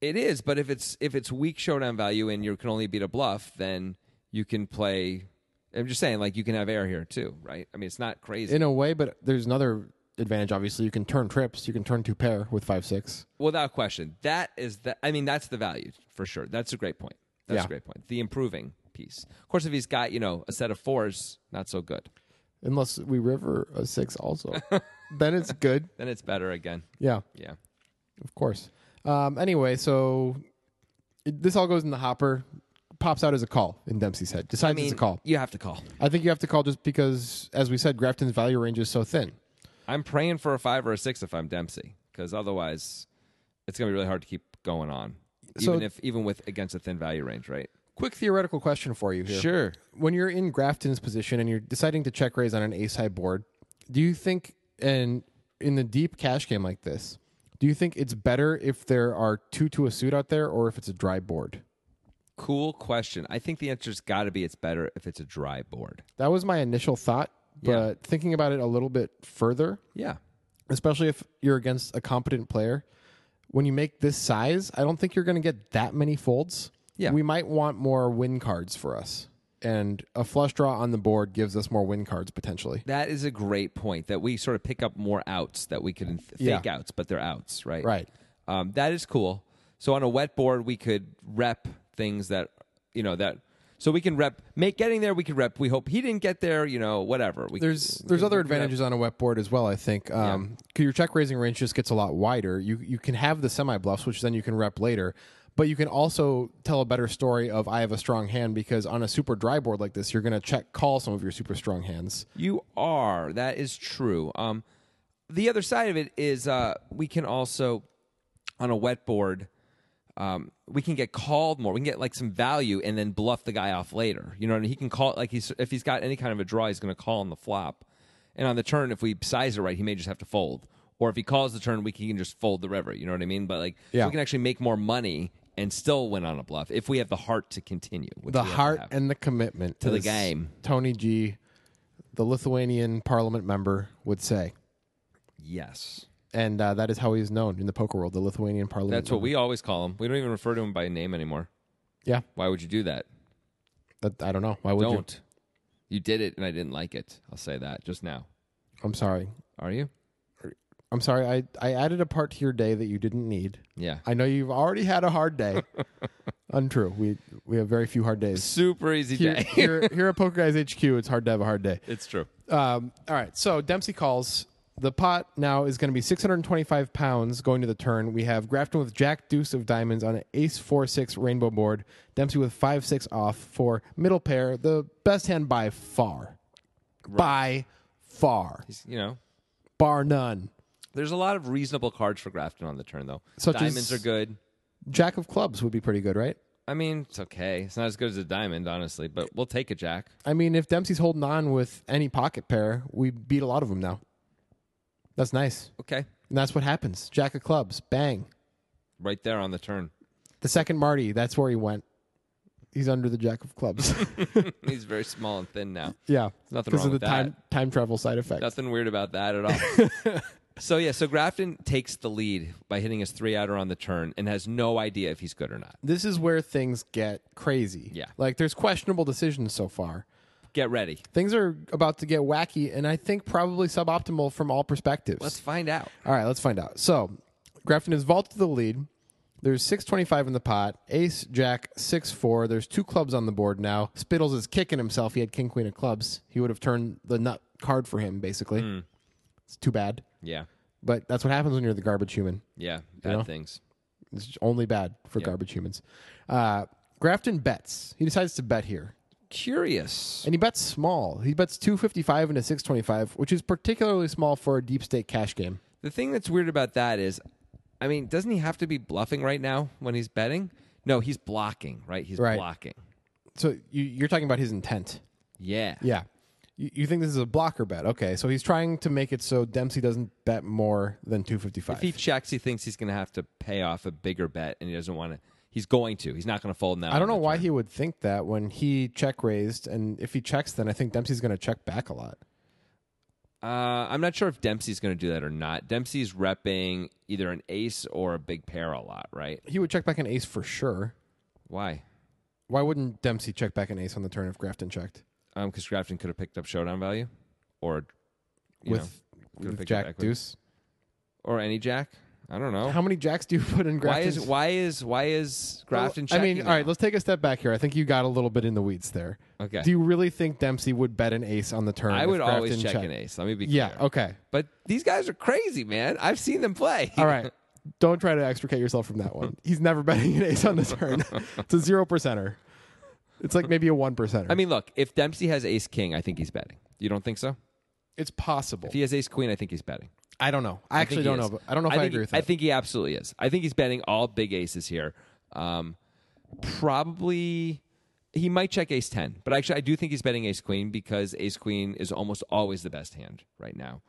Speaker 1: it is, but if it's if it's weak showdown value and you can only beat a bluff, then you can play. I'm just saying, like you can have air here too, right? I mean, it's not crazy.
Speaker 3: in a way, but there's another advantage. Obviously, you can turn trips. You can turn two pair with five six.
Speaker 1: Without question, that is the. I mean, that's the value for sure. That's a great point. That's
Speaker 3: Yeah.
Speaker 1: a great point. The improving piece, of course. If he's got you know a set of fours, not so good.
Speaker 3: Unless we river a six also, then it's good.
Speaker 1: Then it's better again.
Speaker 3: Yeah,
Speaker 1: Yeah.
Speaker 3: of course. Um, anyway, so it, this all goes in the hopper. Pops out as a call in Dempsey's head. Decides it's a call.
Speaker 1: You have to call.
Speaker 3: I think you have to call just because, as we said, Grafton's value range is so thin.
Speaker 1: I'm praying for a five or a six if I'm Dempsey, because otherwise, it's gonna be really hard to keep going on,
Speaker 3: So-
Speaker 1: even if even with against a thin value range, right?
Speaker 3: Quick theoretical question for you here.
Speaker 1: Sure.
Speaker 3: when you're in Grafton's position and you're deciding to check raise on an ace high board, do you think and in the deep cash game like this, do you think it's better if there are two to a suit out there or if it's a dry board?
Speaker 1: Cool question. I think the answer's got to be it's better if it's a dry board.
Speaker 3: That was my initial thought, but
Speaker 1: Yeah.
Speaker 3: thinking about it a little bit further,
Speaker 1: Yeah.
Speaker 3: especially if you're against a competent player, when you make this size, I don't think you're going to get that many folds.
Speaker 1: Yeah.
Speaker 3: We might want more win cards for us. And a flush draw on the board gives us more win cards potentially.
Speaker 1: That is a great point that we sort of pick up more outs that we could
Speaker 3: Yeah.
Speaker 1: fake outs, but they're outs, right?
Speaker 3: Right.
Speaker 1: Um, that is cool. So on a wet board, we could rep things that you know that. So we can rep make getting there. We could rep. We hope he didn't get there. You know, whatever. We
Speaker 3: There's there's other advantages on a wet board as well. I think um, 'cause your check raising range just gets a lot wider. You you can have the semi bluffs, which then you can rep later, but you can also tell a better story of I have a strong hand because on a super dry board like this, you're going to check call some of your super strong hands.
Speaker 1: You are. That is true. Um, the other side of it is uh, we can also, on a wet board, um, we can get called more. We can get like some value and then bluff the guy off later. You know what I mean? He can call like he's if he's got any kind of a draw, he's going to call on the flop, and on the turn, if we size it right, he may just have to fold. Or if he calls the turn, we can he can just fold the river. You know what I mean? But like, so
Speaker 3: Yeah.
Speaker 1: we can actually make more money and still win on a bluff if we have the heart to continue. which
Speaker 3: The
Speaker 1: we have to
Speaker 3: heart
Speaker 1: have.
Speaker 3: and the commitment to
Speaker 1: the game.
Speaker 3: Tony G, the Lithuanian Parliament member, would say,
Speaker 1: yes.
Speaker 3: and uh, that is how he's known in the poker world. The Lithuanian Parliament.
Speaker 1: That's what we always call him. We don't even refer to him by name anymore.
Speaker 3: Yeah,
Speaker 1: Why would you do that?
Speaker 3: that, I don't know. Why would you?
Speaker 1: don't. You? did it, and I didn't like it. I'll say that just now.
Speaker 3: I'm sorry.
Speaker 1: Are you?
Speaker 3: I'm sorry. I I added a part to your day that you didn't need.
Speaker 1: Yeah.
Speaker 3: I know you've already had a hard day. Untrue. We we have very few hard days.
Speaker 1: Super easy
Speaker 3: Here,
Speaker 1: day.
Speaker 3: here, here at Poker Guys HQ, it's hard to have a hard day.
Speaker 1: it's true.
Speaker 3: Um, all right. So Dempsey calls. The pot now is going to be 625 pounds going to the turn. We have Grafton with Jack Deuce of Diamonds on an Ace 4 6 rainbow board. Dempsey with 5 6 off for middle pair. The best hand by far. By far.
Speaker 1: He's- You know,
Speaker 3: Bar none.
Speaker 1: there's a lot of reasonable cards for Grafton on the turn, though.
Speaker 3: Such as-
Speaker 1: Diamonds are good.
Speaker 3: Jack of Clubs would be pretty good, right?
Speaker 1: I mean, it's okay. It's not as good as a diamond, honestly, but we'll take a jack.
Speaker 3: I mean, if Dempsey's holding on with any pocket pair, we beat a lot of them now. That's nice.
Speaker 1: Okay.
Speaker 3: And that's what happens. Jack of clubs, bang.
Speaker 1: Right there on the turn.
Speaker 3: The second Marty, that's where he went. He's under the jack of clubs.
Speaker 1: He's very small and thin now.
Speaker 3: yeah.
Speaker 1: Nothing
Speaker 3: Because
Speaker 1: wrong
Speaker 3: of the
Speaker 1: with
Speaker 3: time time travel side effect.
Speaker 1: Nothing weird about that at all. so yeah, so Grafton takes the lead by hitting his three outer on the turn and has no idea if he's good or not.
Speaker 3: this is where things get crazy.
Speaker 1: Yeah.
Speaker 3: Like there's questionable decisions so far.
Speaker 1: Get ready.
Speaker 3: Things are about to get wacky and I think probably suboptimal from all perspectives.
Speaker 1: Let's find out.
Speaker 3: All right, let's find out. So, Grafton has vaulted to the lead. There's 625 in the pot. Ace, Jack, 6 4. There's two clubs on the board now. Spittles is kicking himself. He had King,
Speaker 1: Hmm.
Speaker 3: Queen of clubs. He would have turned the nut card for him, basically. It's too bad.
Speaker 1: Yeah.
Speaker 3: But that's what happens when you're the garbage human.
Speaker 1: Yeah, bad
Speaker 3: know?
Speaker 1: things.
Speaker 3: It's only bad for garbage humans. Uh, Grafton bets. He decides to bet here.
Speaker 1: Curious.
Speaker 3: And he bets small. He bets 255 into 625, which is particularly small for a deep stake cash game.
Speaker 1: The thing that's weird about that is, I mean, doesn't he have to be bluffing right now when he's betting? No, he's blocking, right? He's
Speaker 3: Right.
Speaker 1: blocking.
Speaker 3: So you, you're talking about his intent.
Speaker 1: Yeah.
Speaker 3: Yeah. You, you think this is a blocker bet. Okay. So he's trying to make it so Dempsey doesn't bet more than 255.
Speaker 1: If he checks, he thinks he's going to have to pay off a bigger bet, and he doesn't want to. He's going to. He's not going to fold now.
Speaker 3: I don't know why he would think that when he check raised. And if he checks, then I think Dempsey's going to check back a lot.
Speaker 1: Uh, I'm not sure if Dempsey's going to do that or not. Dempsey's repping either an ace or a big pair a lot, right?
Speaker 3: He would check back an ace for sure.
Speaker 1: Why?
Speaker 3: Why wouldn't Dempsey check back an ace on the turn if Grafton checked?
Speaker 1: Um, because Grafton could have picked up showdown value, or you know,
Speaker 3: with
Speaker 1: could've
Speaker 3: with
Speaker 1: picked up
Speaker 3: Jack
Speaker 1: equity.
Speaker 3: Deuce.
Speaker 1: or any jack. I don't know.
Speaker 3: How many jacks do you put in
Speaker 1: Oh. Why
Speaker 3: Grafton's?
Speaker 1: is why is why is Grafton?
Speaker 3: I mean,
Speaker 1: checking
Speaker 3: all right,
Speaker 1: now?
Speaker 3: let's take a step back here. I think you got a little bit in the weeds there.
Speaker 1: Okay.
Speaker 3: Do you really think Dempsey would bet an ace on the turn?
Speaker 1: I
Speaker 3: if
Speaker 1: would
Speaker 3: Grafton
Speaker 1: always check
Speaker 3: checked?
Speaker 1: an ace. Let me be
Speaker 3: Yeah,
Speaker 1: clear.
Speaker 3: okay.
Speaker 1: But these guys are crazy, man. I've seen them play.
Speaker 3: All right. Don't try to extricate yourself from that one. He's never betting an ace on the turn. it's a zero percenter. It's like maybe a one percenter.
Speaker 1: I mean, look, if Dempsey has ace king, I think he's betting. You don't think so?
Speaker 3: it's possible.
Speaker 1: If he has ace queen, I think he's betting.
Speaker 3: I don't know. I, actually
Speaker 1: think he
Speaker 3: don't know.
Speaker 1: is.
Speaker 3: But I don't know if I,
Speaker 1: think,
Speaker 3: agree with
Speaker 1: I
Speaker 3: that.
Speaker 1: think he absolutely is. I think he's betting all big aces here. Um, probably he might check ace 10, but actually I do think he's betting ace queen because ace queen is almost always the best hand right now.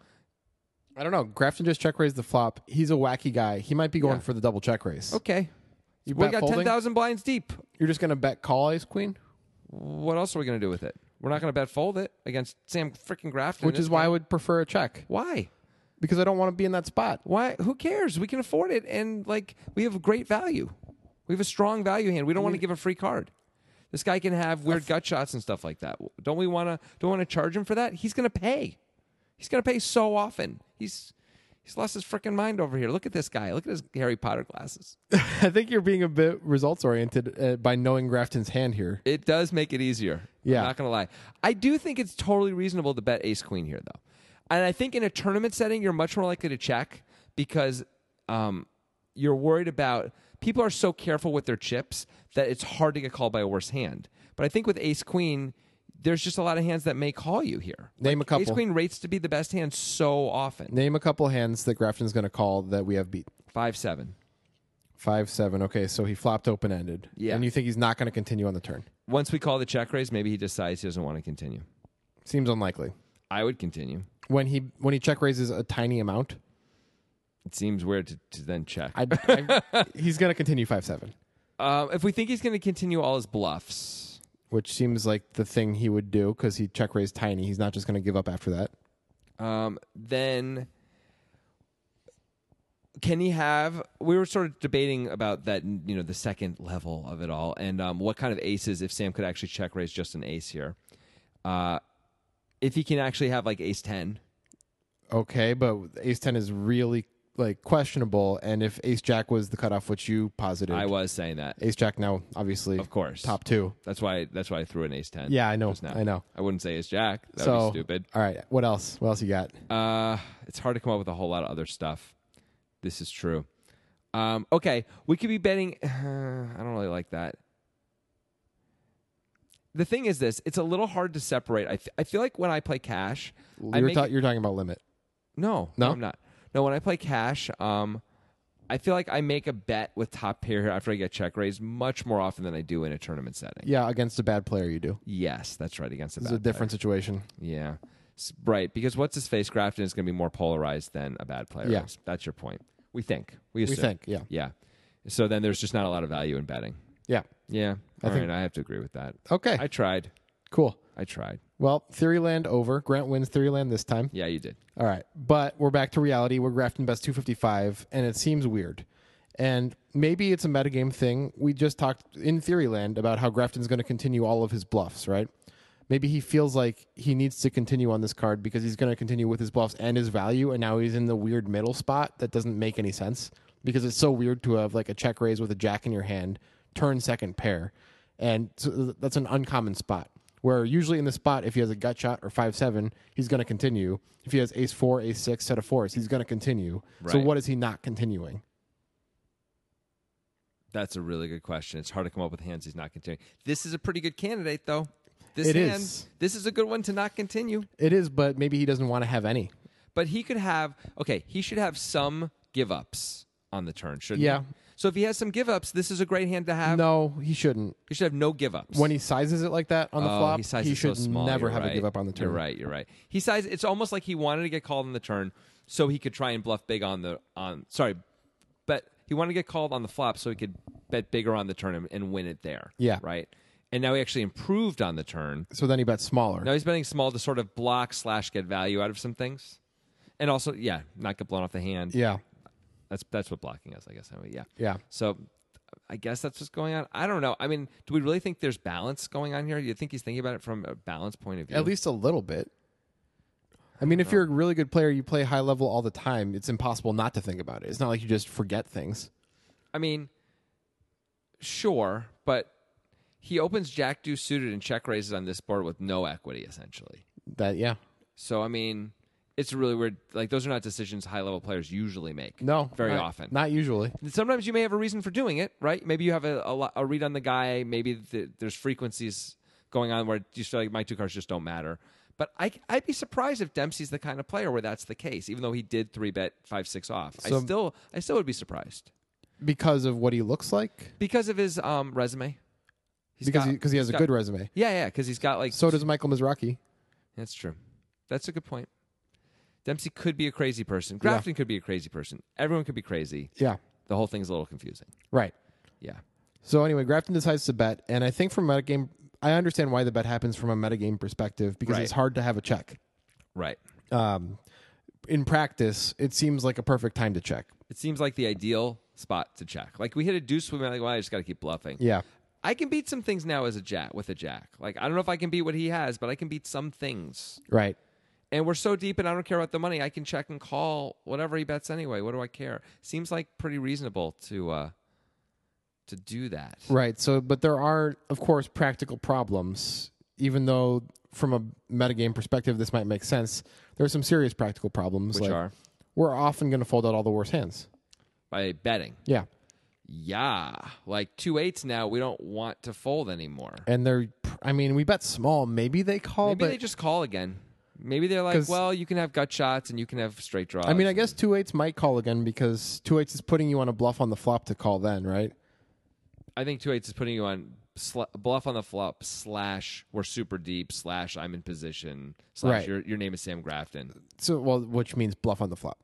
Speaker 3: I don't know. Grafton just check raised the flop. He's a wacky guy. He might be going
Speaker 1: Yeah.
Speaker 3: for the double check raise.
Speaker 1: Okay.
Speaker 3: You
Speaker 1: We
Speaker 3: bet
Speaker 1: got
Speaker 3: folding?
Speaker 1: 10,000 blinds deep.
Speaker 3: You're just gonna bet call ace queen?
Speaker 1: What else are we going to do with it? We're not going to bet fold it against Sam freaking Grafton.
Speaker 3: Which
Speaker 1: This
Speaker 3: is why I
Speaker 1: guy-
Speaker 3: would prefer a check.
Speaker 1: Why?
Speaker 3: because I don't want to be in that spot.
Speaker 1: Why? Who cares? We can afford it, and like we have great value. We have a strong value hand. We don't want to give a free card. This guy can have weird gut shots and stuff like that. Don't we want to? Don't want to charge him for that? He's going to pay. He's going to pay so often. He's he's lost his freaking mind over here. Look at this guy. Look at his Harry Potter glasses.
Speaker 3: I think you're being a bit results oriented uh, by knowing Grafton's hand here.
Speaker 1: It does make it easier.
Speaker 3: Yeah.
Speaker 1: I'm not going to lie. I do think it's totally reasonable to bet ace queen here, though. And I think in a tournament setting, you're much more likely to check because um, you're worried about people are so careful with their chips that it's hard to get called by a worse hand. But I think with ace queen, there's just a lot of hands that may call you here.
Speaker 3: Name a couple.
Speaker 1: Ace queen rates to be the best hand so often.
Speaker 3: Name a couple hands that Grafton's going to call that we have beat.
Speaker 1: Five seven.
Speaker 3: Five seven. Okay, so he flopped open ended.
Speaker 1: Yeah.
Speaker 3: and you think he's not going to continue on the turn?
Speaker 1: Once we call the check raise, maybe he decides he doesn't want to continue.
Speaker 3: Seems unlikely.
Speaker 1: I would continue.
Speaker 3: When he when he check raises a tiny amount,
Speaker 1: It seems weird to, to then check.
Speaker 3: I, I, he's going to continue five seven,
Speaker 1: Um, if we think he's going to continue all his bluffs,
Speaker 3: which seems like the thing he would do because he check raised tiny. He's not just going to give up after that.
Speaker 1: um, then can he have? We were sort of debating about that, you know, the second level of it all, and um, what kind of aces. If Sam could actually check raise just an ace here, uh, if he can actually have like ace ten,
Speaker 3: Okay, but ace ten is really like questionable. And if ace jack was the cutoff, which you posited,
Speaker 1: I was saying that,
Speaker 3: ace jack now obviously
Speaker 1: of course.
Speaker 3: top two.
Speaker 1: That's why. That's why I threw an ace ten.
Speaker 3: Yeah, I know.
Speaker 1: just now.
Speaker 3: I know.
Speaker 1: I wouldn't say ace jack. That
Speaker 3: so
Speaker 1: would be stupid.
Speaker 3: All right. What else? What else you got?
Speaker 1: Uh, it's hard to come up with a whole lot of other stuff. This is true. Um, okay, we could be betting. I don't really like that. The thing is, this it's a little hard to separate. I, f- I feel like when I play cash, I
Speaker 3: You're,
Speaker 1: make
Speaker 3: ta-
Speaker 1: it-
Speaker 3: you're talking about limit.
Speaker 1: no,
Speaker 3: No?
Speaker 1: I'm not. No, when I play cash, um, I feel like I make a bet with top pair here after I get check raised much more often than I do in a tournament setting.
Speaker 3: Yeah, against a bad player, you do.
Speaker 1: Yes, that's right. Against the
Speaker 3: This is a
Speaker 1: bad player.
Speaker 3: different situation.
Speaker 1: Yeah. S- Right, because what's his face? Grafton is going to be more polarized than a bad player.
Speaker 3: Yeah.
Speaker 1: is. That's your point. We think. We,
Speaker 3: We
Speaker 1: assume.
Speaker 3: think. Yeah.
Speaker 1: Yeah. So then there's just not a lot of value in betting.
Speaker 3: Yeah.
Speaker 1: Yeah. All right.
Speaker 3: think-
Speaker 1: I have to agree with that.
Speaker 3: Okay.
Speaker 1: I tried.
Speaker 3: cool.
Speaker 1: I tried.
Speaker 3: Well, Theoryland over. Grant wins Theoryland this time.
Speaker 1: Yeah, you did.
Speaker 3: All right. But we're back to reality. We're Grafton Best 255, and it seems weird. And maybe it's a metagame thing. We just talked in Theoryland about how Grafton's going to continue all of his bluffs, right? Maybe he feels like he needs to continue on this card because he's going to continue with his bluffs and his value, and now he's in the weird middle spot that doesn't make any sense because it's so weird to have like a check raise with a jack in your hand, turn second pair. And so th- that's an uh, uncommon spot. where usually in the spot, if he has a gut shot or five seven, he's going to continue. If he has ace four, ace six, set of fours, he's going to continue. So
Speaker 1: Right.
Speaker 3: what is he not continuing?
Speaker 1: That's a really good question. It's hard to come up with hands he's not continuing. This is a pretty good candidate, though. This
Speaker 3: It
Speaker 1: hand,
Speaker 3: is.
Speaker 1: this is a good one to not continue.
Speaker 3: It is, but maybe he doesn't want to have any.
Speaker 1: But he could have okay, he should have some give ups on the turn, shouldn't
Speaker 3: Yeah.
Speaker 1: he? So if he has some give ups, this is a great hand to have.
Speaker 3: No, he shouldn't.
Speaker 1: He should have no give ups.
Speaker 3: When he sizes it like that on the
Speaker 1: Oh,
Speaker 3: flop,
Speaker 1: he,
Speaker 3: he,
Speaker 1: sizes so
Speaker 3: should
Speaker 1: small.
Speaker 3: never
Speaker 1: You're
Speaker 3: have
Speaker 1: right.
Speaker 3: a give up on the turn.
Speaker 1: You're right, you're right. He sized it's almost like he wanted to get called on the turn so he could try and bluff big on the on sorry, but he wanted to get called on the flop so he could bet bigger on the turn and, and win it there.
Speaker 3: Yeah.
Speaker 1: Right? And now he actually improved on the turn.
Speaker 3: So then he bets smaller.
Speaker 1: Now he's betting small to sort of block slash get value out of some things. And also, yeah, not get blown off the hand.
Speaker 3: Yeah,
Speaker 1: That's that's what blocking is, I guess. I mean, yeah.
Speaker 3: yeah.
Speaker 1: So I guess that's what's going on. I don't know. I mean, do we really think there's balance going on here? You think he's thinking about it from a balance point of view?
Speaker 3: At least a little bit. I mean, if you're a really good player, you play high level all the time. It's impossible not to think about it. It's not like you just forget things.
Speaker 1: I mean, sure, but he opens Jack Deuce suited and check raises on this board with no equity essentially.
Speaker 3: That yeah.
Speaker 1: So I mean, it's really weird. Like those are not decisions high level players usually make.
Speaker 3: No,
Speaker 1: very
Speaker 3: not-
Speaker 1: often.
Speaker 3: Not usually.
Speaker 1: And sometimes you may have a reason for doing it, right? Maybe you have a, a, lo- a read on the guy. Maybe the, there's frequencies going on where you feel like my two cards just don't matter. But I, I'd be surprised if Dempsey's the kind of player where that's the case. Even though he did three bet five six off, I
Speaker 3: So-
Speaker 1: still I still would be surprised
Speaker 3: because of what he looks like
Speaker 1: because of his um, resume. He's
Speaker 3: because
Speaker 1: got-
Speaker 3: he, cause he has
Speaker 1: he's
Speaker 3: a
Speaker 1: got-
Speaker 3: good resume
Speaker 1: Yeah, yeah, because he's got like
Speaker 3: so does michael mizraki
Speaker 1: That's true. That's a good point. Dempsey could be a crazy person. Grafton could be a crazy person. Everyone could be crazy.
Speaker 3: yeah
Speaker 1: The whole thing's a little confusing.
Speaker 3: right
Speaker 1: Yeah.
Speaker 3: so anyway grafton decides to bet and i think from metagame i understand why the bet happens from a metagame perspective because
Speaker 1: Right.
Speaker 3: it's hard to have a check
Speaker 1: Right.
Speaker 3: um, in practice it seems like a perfect time to check
Speaker 1: It seems like the ideal spot to check. Like we hit a deuce swim, like, well, I just gotta keep bluffing.
Speaker 3: yeah
Speaker 1: I can beat some things now as a jack with a jack. Like I don't know if I can beat what he has, but I can beat some things.
Speaker 3: right
Speaker 1: And we're so deep and I don't care about the money, I can check and call whatever he bets anyway. What do I care? Seems like pretty reasonable to uh to do that.
Speaker 3: right so but there are of course practical problems even though from a metagame perspective this might make sense there are some serious practical problems
Speaker 1: Which
Speaker 3: like
Speaker 1: are
Speaker 3: we're often going to fold out all the worst hands
Speaker 1: by betting.
Speaker 3: yeah
Speaker 1: yeah, like two eights now, we don't want to fold anymore.
Speaker 3: and they're i mean we bet small maybe they call
Speaker 1: Maybe
Speaker 3: but
Speaker 1: they just call again. Maybe they're like,
Speaker 3: 'Cause-
Speaker 1: well, you can have gut shots and you can have straight draws.
Speaker 3: i mean i guess two eights might call again because two eights is putting you on a bluff on the flop to call then right
Speaker 1: I think two eights is putting you on sl- bluff on the flop slash we're super deep slash I'm in position slash
Speaker 3: Right.
Speaker 1: your your name is Sam Grafton.
Speaker 3: so well which means bluff on the flop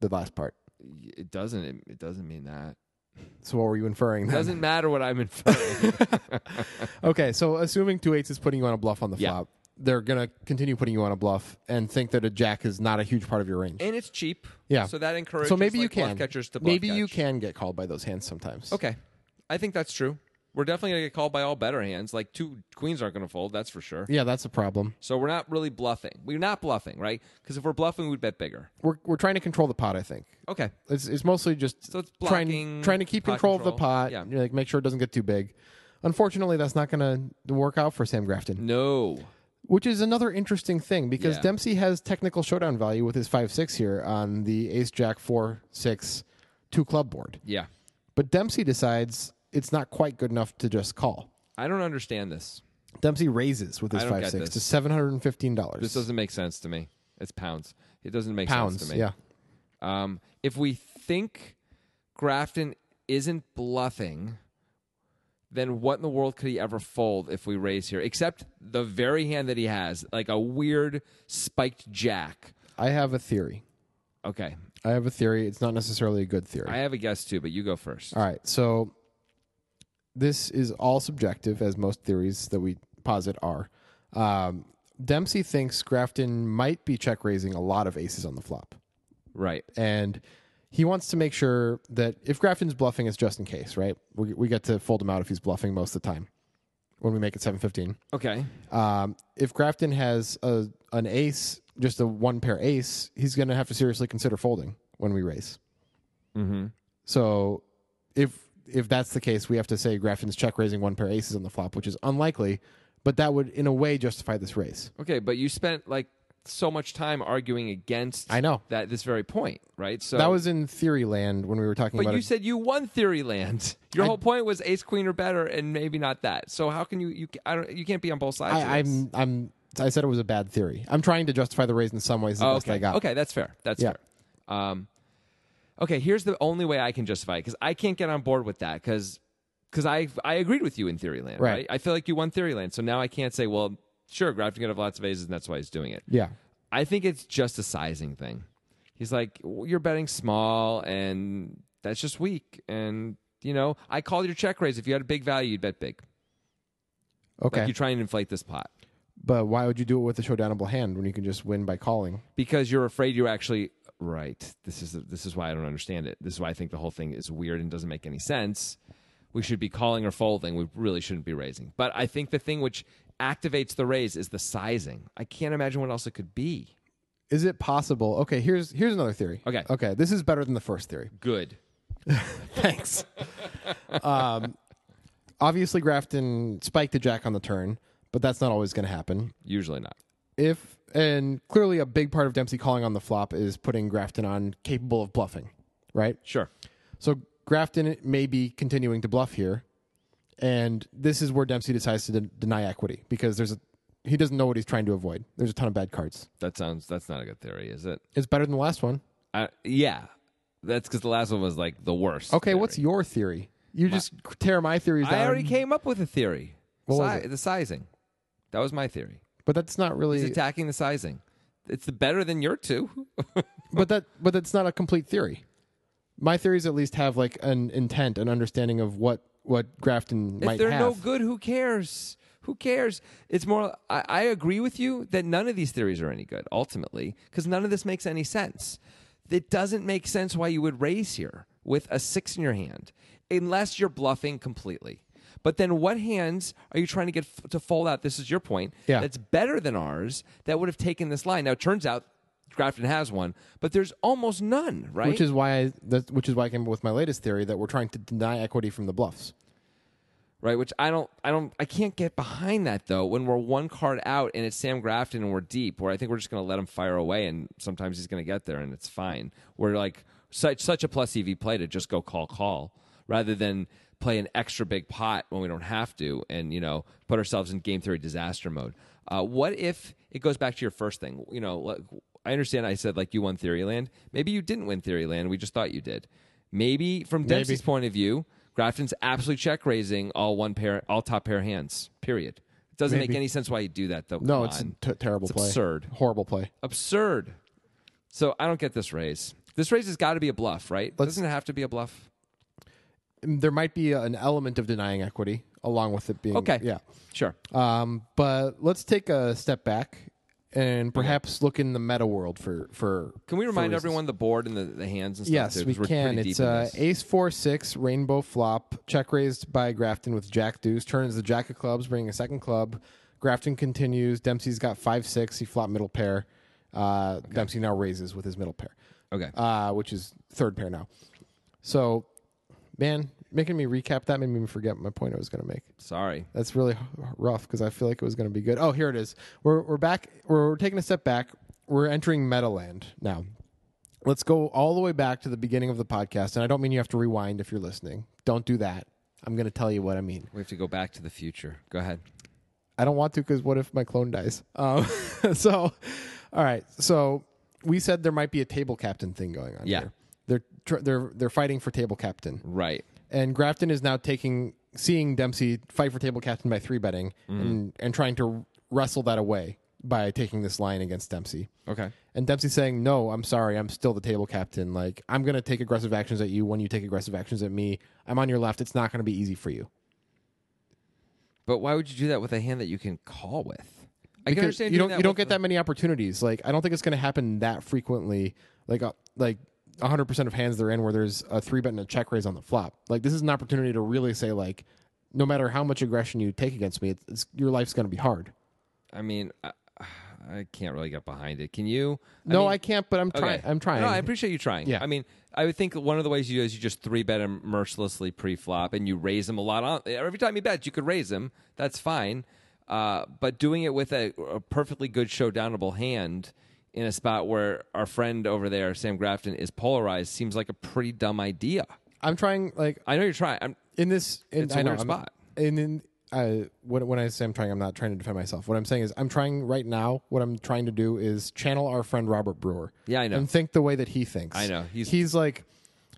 Speaker 3: the last part
Speaker 1: Y- It doesn't it, it doesn't mean that.
Speaker 3: so what were you inferring
Speaker 1: It
Speaker 3: then?
Speaker 1: doesn't matter what I'm inferring.
Speaker 3: okay so assuming two eights is putting you on a bluff on the
Speaker 1: Yeah.
Speaker 3: flop they're gonna continue putting you on a bluff and think that a jack is not a huge part of your range
Speaker 1: and it's cheap.
Speaker 3: Yeah.
Speaker 1: So that encourages
Speaker 3: so maybe
Speaker 1: like,
Speaker 3: you can
Speaker 1: bluff catchers to bluff
Speaker 3: maybe you
Speaker 1: catch.
Speaker 3: can get called by those hands sometimes
Speaker 1: Okay. I think that's true. We're definitely going to get called by all better hands. Like two queens aren't going to fold, that's for sure.
Speaker 3: yeah that's a problem
Speaker 1: So we're not really bluffing. We're not bluffing, right? Because if we're bluffing, we'd bet bigger.
Speaker 3: we're, we're trying to control the pot i think
Speaker 1: Okay.
Speaker 3: It's it's mostly just
Speaker 1: So it's blocking,
Speaker 3: trying trying to keep
Speaker 1: pot
Speaker 3: control, of the
Speaker 1: control.
Speaker 3: pot.
Speaker 1: Yeah.
Speaker 3: you know, like make sure it doesn't get too big. Unfortunately, that's not going to work out for Sam Grafton,
Speaker 1: No.
Speaker 3: which is another interesting thing because
Speaker 1: Yeah.
Speaker 3: Dempsey has technical showdown value with his five six here on the Ace Jack four six two club board,
Speaker 1: Yeah.
Speaker 3: but Dempsey decides it's not quite good enough to just call.
Speaker 1: I don't understand this.
Speaker 3: Dempsey raises with his
Speaker 1: I don't
Speaker 3: five
Speaker 1: get
Speaker 3: six
Speaker 1: this.
Speaker 3: to seven hundred and fifteen
Speaker 1: This
Speaker 3: dollars
Speaker 1: doesn't make sense to me. It's pounds. It doesn't make sense
Speaker 3: pounds.
Speaker 1: to me.
Speaker 3: Yeah,
Speaker 1: Um, if we think Grafton isn't bluffing, then what in the world could he ever fold if we raise here? Except the very hand that he has, like a weird spiked jack.
Speaker 3: I have a theory.
Speaker 1: Okay.
Speaker 3: I have a theory. It's not necessarily a good theory.
Speaker 1: I have a guess too, but you go first.
Speaker 3: All right. So this is all subjective, as most theories that we posit are. Um, Dempsey thinks Grafton might be check raising a lot of aces on the flop.
Speaker 1: Right.
Speaker 3: And he wants to make sure that if Grafton's bluffing, it's just in case, right? We, we get to fold him out if he's bluffing most of the time when we make it 715.
Speaker 1: Okay.
Speaker 3: Um, if Grafton has a, an ace, just a one pair ace, he's going to have to seriously consider folding when we raise.
Speaker 1: Mm-hmm.
Speaker 3: So if if that's the case, we have to say Grafton's check raising one pair aces on the flop, which is unlikely, but that would in a way justify this race.
Speaker 1: Okay, but you spent like so much time arguing against.
Speaker 3: I know.
Speaker 1: that this very point, right? So
Speaker 3: That was in theory land when we were talking
Speaker 1: But
Speaker 3: about
Speaker 1: you
Speaker 3: it.
Speaker 1: said you won theory land. Your whole point was ace queen or better, and maybe not that. So how can you you I don't you can't be on both sides? of
Speaker 3: I,
Speaker 1: this.
Speaker 3: I'm I'm I said it was a bad theory. I'm trying to justify the raise in some ways. Is the
Speaker 1: Oh,
Speaker 3: best
Speaker 1: okay.
Speaker 3: I got.
Speaker 1: Okay, that's fair. That's
Speaker 3: Yeah.
Speaker 1: fair. Um, okay, here's the only way I can justify it because I can't get on board with that because because I I agreed with you in Theoryland, right.
Speaker 3: Right.
Speaker 1: I feel like you won Theoryland, so now I can't say, well, sure, Grafton could have lots of aces, and that's why he's doing it.
Speaker 3: Yeah.
Speaker 1: I think it's just a sizing thing. He's like, "Well, you're betting small, and that's just weak. And you know, I called your check raise. If you had a big value, you'd bet big.
Speaker 3: Okay.
Speaker 1: Like you're trying to inflate this pot
Speaker 3: but why would you do it with a showdownable hand when you can just win by calling?
Speaker 1: because you're afraid you actually right this is this is why i don't understand it this is why i think the whole thing is weird and doesn't make any sense we should be calling or folding we really shouldn't be raising but i think the thing which activates the raise is the sizing i can't imagine what else it could be
Speaker 3: Is it possible? Okay, here's here's another theory.
Speaker 1: Okay.
Speaker 3: Okay, this is better than the first theory.
Speaker 1: good
Speaker 3: Thanks. um, obviously, Grafton spiked the jack on the turn, but that's not always going to happen.
Speaker 1: usually not
Speaker 3: If and clearly, a big part of Dempsey calling on the flop is putting Grafton on capable of bluffing, right?
Speaker 1: sure
Speaker 3: So Grafton may be continuing to bluff here, and this is where Dempsey decides to den- deny equity because there's a he doesn't know what he's trying to avoid. There's a ton of bad cards.
Speaker 1: that sounds that's not a good theory is it
Speaker 3: It's better than the last one.
Speaker 1: I, yeah that's because the last one was like the worst
Speaker 3: Okay,
Speaker 1: theory.
Speaker 3: what's your theory? You just tear my theories down,
Speaker 1: i already came up with a theory
Speaker 3: was
Speaker 1: Si- the sizing that was my theory
Speaker 3: but that's not
Speaker 1: he's
Speaker 3: really.
Speaker 1: attacking the sizing it's the better than your two
Speaker 3: but that but that's not a complete theory. My theories at least have like an intent, an understanding of what what Grafton
Speaker 1: If
Speaker 3: might
Speaker 1: they're
Speaker 3: have.
Speaker 1: no good, who cares? Who cares? It's more. I, I agree with you that none of these theories are any good ultimately because none of this makes any sense. It doesn't make sense why you would raise here with a six in your hand unless you're bluffing completely. But then, what hands are you trying to get f- to fold out? This is your point.
Speaker 3: Yeah.
Speaker 1: That's better than ours. That would have taken this line. Now, it turns out Grafton has one, but there's almost none. Right?
Speaker 3: which is why I, that, which is why I came up with my latest theory that we're trying to deny equity from the bluffs.
Speaker 1: right? Which I don't, I don't, I can't get behind that though. When we're one card out and it's Sam Grafton and we're deep, where I think we're just going to let him fire away, and sometimes he's going to get there, and it's fine. We're like such such a plus EV play to just go call call rather than play an extra big pot when we don't have to, and you know put ourselves in game theory disaster mode. Uh, what if it goes back to your first thing? You know, like, I understand. I said like you won Theoryland. Maybe you didn't win Theoryland. We just thought you did. Maybe from Dempsey's point of view, Grafton's absolutely check raising all one pair, all top pair hands. Period. It doesn't make any sense why you do that though.
Speaker 3: No,
Speaker 1: Come
Speaker 3: it's a
Speaker 1: on.
Speaker 3: t- terrible
Speaker 1: It's
Speaker 3: play.
Speaker 1: absurd.
Speaker 3: Horrible play.
Speaker 1: absurd. So I don't get this raise. This raise has got to be a bluff, right? doesn't it have to be a bluff?
Speaker 3: Mm, There might be an element of denying equity along with it being
Speaker 1: Okay.
Speaker 3: Mm, Yeah,
Speaker 1: Sure.
Speaker 3: um, but let's take a step back and perhaps look in the meta world for for.
Speaker 1: Can we
Speaker 3: for
Speaker 1: remind
Speaker 3: reasons.
Speaker 1: everyone the board and the, the hands and stuff?
Speaker 3: Yes,
Speaker 1: too,
Speaker 3: we
Speaker 1: 'Cause we're
Speaker 3: can.
Speaker 1: pretty
Speaker 3: It's
Speaker 1: deep in
Speaker 3: uh,
Speaker 1: this.
Speaker 3: ace four six rainbow flop check raised by Grafton with Jack Deuce turns the Jack of clubs, bringing a second club. Grafton continues. Dempsey's got five six. He flop middle pair. Uh, Dempsey now raises with his middle pair,
Speaker 1: okay.
Speaker 3: uh, which is third pair now. So, man, making me recap that made me forget my point I was going to make.
Speaker 1: Sorry.
Speaker 3: That's really h- rough because I feel like it was going to be good. Oh, here it is. We're we're back. We're, we're taking a step back. We're entering Meadowland now. Let's go all the way back to the beginning of the podcast, and I don't mean you have to rewind if you're listening. Don't do that. I'm going to tell you what I mean.
Speaker 1: We have to go back to the future. Go ahead.
Speaker 3: I don't want to because what if my clone dies? Um, so, all right. So we said there might be a table captain thing going on.
Speaker 1: Yeah.
Speaker 3: here. they're tr- they're they're fighting for table captain.
Speaker 1: Right.
Speaker 3: and Grafton is now taking seeing Dempsey fight for table captain by three betting and, and trying to wrestle that away by taking this line against Dempsey.
Speaker 1: Okay.
Speaker 3: And Dempsey saying, "No, I'm sorry. I'm still the table captain. Like I'm going to take aggressive actions at you when you take aggressive actions at me. I'm on your left. It's not going to be easy for you."
Speaker 1: But why would you do that with a hand that you can call with? I can
Speaker 3: Because
Speaker 1: understand
Speaker 3: you
Speaker 1: doing
Speaker 3: don't
Speaker 1: that
Speaker 3: you don't
Speaker 1: with
Speaker 3: get
Speaker 1: the-
Speaker 3: that many opportunities. Like I don't think it's going to happen that frequently. Like uh, like 100% of hands they're in where there's a three bet and a check raise on the flop. Like this is an opportunity to really say like no matter how much aggression you take against me, it's, it's, your life's going to be hard.
Speaker 1: I mean, I, I can't really get behind it. Can you?
Speaker 3: no,
Speaker 1: mean-
Speaker 3: I can't, but I'm trying.
Speaker 1: Okay.
Speaker 3: I'm trying.
Speaker 1: No, I appreciate you trying.
Speaker 3: Yeah.
Speaker 1: I mean, I would think one of the ways you do is you just three bet him mercilessly pre-flop, and you raise him a lot on every time he bets. You could raise him. That's fine. uh, but doing it with a, a perfectly good showdownable hand in a spot where our friend over there, Sam Grafton, is polarized seems like a pretty dumb idea.
Speaker 3: I'm trying like
Speaker 1: I know you're trying. I'm,
Speaker 3: in this. In,
Speaker 1: It's a
Speaker 3: I know,
Speaker 1: weird
Speaker 3: I'm-
Speaker 1: spot.
Speaker 3: And in I, when, when I say I'm trying, I'm not trying to defend myself. What I'm saying is I'm trying right now. What I'm trying to do is channel our friend Robert Brewer.
Speaker 1: Yeah, I know.
Speaker 3: And think the way that he thinks.
Speaker 1: I know. He's-
Speaker 3: He's like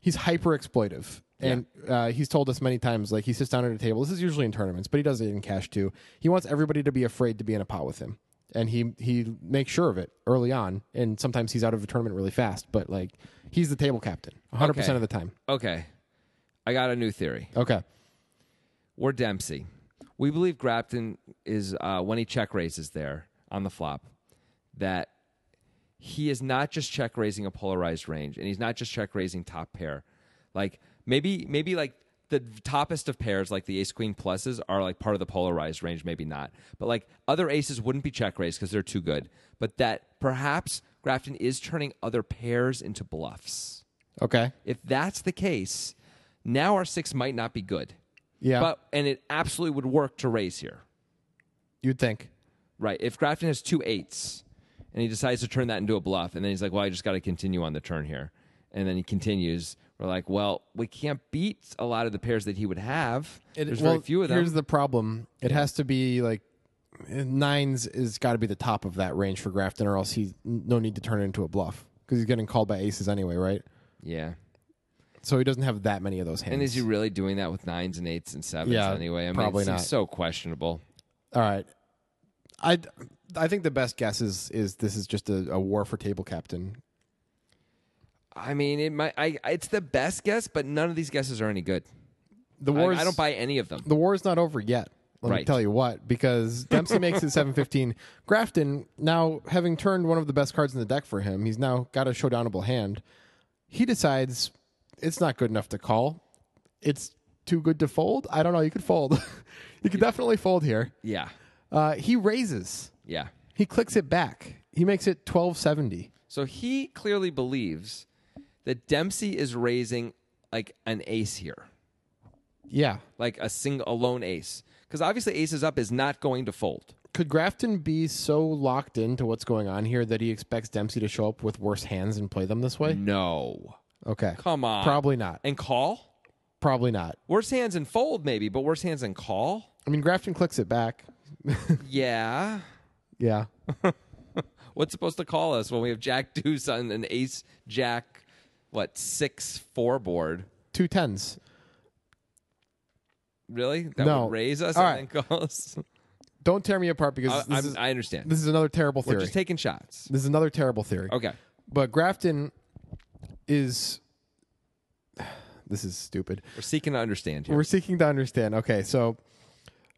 Speaker 3: he's hyper exploitive. And uh, he's told us many times, like he sits down at a table. This is usually in tournaments, but he does it in cash too. He wants everybody to be afraid to be in a pot with him, and he he makes sure of it early on. And sometimes he's out of a tournament really fast, but like he's the table captain, 100 percent of the time.
Speaker 1: okay, I got a new theory.
Speaker 3: Okay,
Speaker 1: We're Dempsey. We believe Grafton is uh, when he check raises there on the flop that he is not just check raising a polarized range and he's not just check raising top pair. Like maybe maybe like the toppest of pairs like the ace queen pluses are like part of the polarized range maybe not. But like other aces wouldn't be check raised cuz they're too good, but that perhaps Grafton is turning other pairs into bluffs.
Speaker 3: okay,
Speaker 1: If that's the case, now our 6 might not be good.
Speaker 3: yeah.
Speaker 1: But and it absolutely would work to raise here,
Speaker 3: You'd think.
Speaker 1: right? If Grafton has two eights, and he decides to turn that into a bluff, and then he's like, "Well, I just got to continue on the turn here," and then he continues. We're like, "Well, we can't beat a lot of the pairs that he would have. There's
Speaker 3: well,
Speaker 1: very few of them."
Speaker 3: Here's the problem. It has to be like nines is got to be the top of that range for Grafton, or else he's no need to turn it into a bluff because he's getting called by aces anyway, right?
Speaker 1: yeah.
Speaker 3: So he doesn't have that many of those hands.
Speaker 1: And is he really doing that with nines and eights and sevens
Speaker 3: Yeah,
Speaker 1: anyway? I mean,
Speaker 3: probably
Speaker 1: it seems
Speaker 3: not.
Speaker 1: so questionable.
Speaker 3: All right. I I think the best guess is is this is just a, a war for table captain.
Speaker 1: I mean, it might. I, it's the best guess, but none of these guesses are any good.
Speaker 3: The
Speaker 1: I,
Speaker 3: war.
Speaker 1: I don't buy any of them.
Speaker 3: the war is not over yet. Let me
Speaker 1: Right.
Speaker 3: tell you what, because Dempsey makes it seven fifteen. Grafton now having turned one of the best cards in the deck for him, he's now got a showdownable hand. He decides it's not good enough to call. It's too good to fold. I don't know. You could fold. you could definitely fold here.
Speaker 1: Yeah,
Speaker 3: Uh, he raises.
Speaker 1: yeah.
Speaker 3: He clicks it back. He makes it twelve seventy.
Speaker 1: So he clearly believes that Dempsey is raising like an ace here,
Speaker 3: Yeah.
Speaker 1: like a single a lone ace, because obviously aces up is not going to fold.
Speaker 3: Could Grafton be so locked into what's going on here that he expects Dempsey to show up with worse hands and play them this way?
Speaker 1: No,
Speaker 3: Okay.
Speaker 1: Mm-hmm. come on,
Speaker 3: Probably not.
Speaker 1: and call
Speaker 3: Probably not.
Speaker 1: worse hands and fold maybe, but worse hands and call.
Speaker 3: I mean, Grafton clicks it back.
Speaker 1: Yeah,
Speaker 3: Yeah.
Speaker 1: what's supposed to call us when we have Jack deuce on an ace Jack, what six four board?
Speaker 3: Two tens.
Speaker 1: Really? That
Speaker 3: No.
Speaker 1: would raise us
Speaker 3: All
Speaker 1: and then call us.
Speaker 3: Don't tear me apart because
Speaker 1: I,
Speaker 3: this,
Speaker 1: Uh, I'm-
Speaker 3: is,
Speaker 1: I understand.
Speaker 3: this is another terrible
Speaker 1: We're
Speaker 3: theory.
Speaker 1: just taking shots.
Speaker 3: this is another terrible theory.
Speaker 1: Okay.
Speaker 3: But Grafton is. This is stupid.
Speaker 1: We're seeking to understand here.
Speaker 3: We're seeking to understand. Okay, so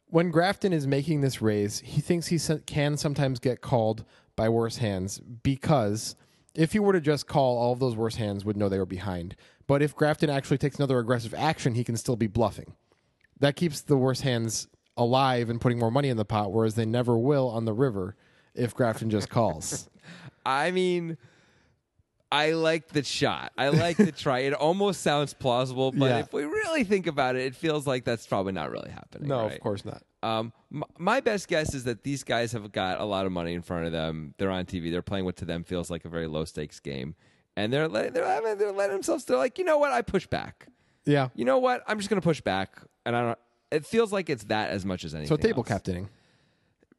Speaker 3: when Grafton is making this raise, he thinks he sen- can sometimes get called by worse hands because if he were to just call, all of those worse hands would know they were behind. But if Grafton actually takes another aggressive action, he can still be bluffing. That keeps the worse hands alive and putting more money in the pot, whereas they never will on the river if Grafton just calls.
Speaker 1: I mean, I like the shot. I like the try. It almost sounds plausible, but
Speaker 3: Yeah.
Speaker 1: if we really think about it, it feels like that's probably not really happening.
Speaker 3: no,
Speaker 1: right?
Speaker 3: of course not.
Speaker 1: Um, m- my best guess is that these guys have got a lot of money in front of them. They're on TV. They're playing what to them feels like a very low stakes game, and they're let- they're having- they're letting themselves. They're like, you know what? I push back.
Speaker 3: Yeah.
Speaker 1: You know what? I'm just gonna push back, and I don't. It feels like it's that as much as
Speaker 3: So
Speaker 1: anything.
Speaker 3: table
Speaker 1: else.
Speaker 3: captaining.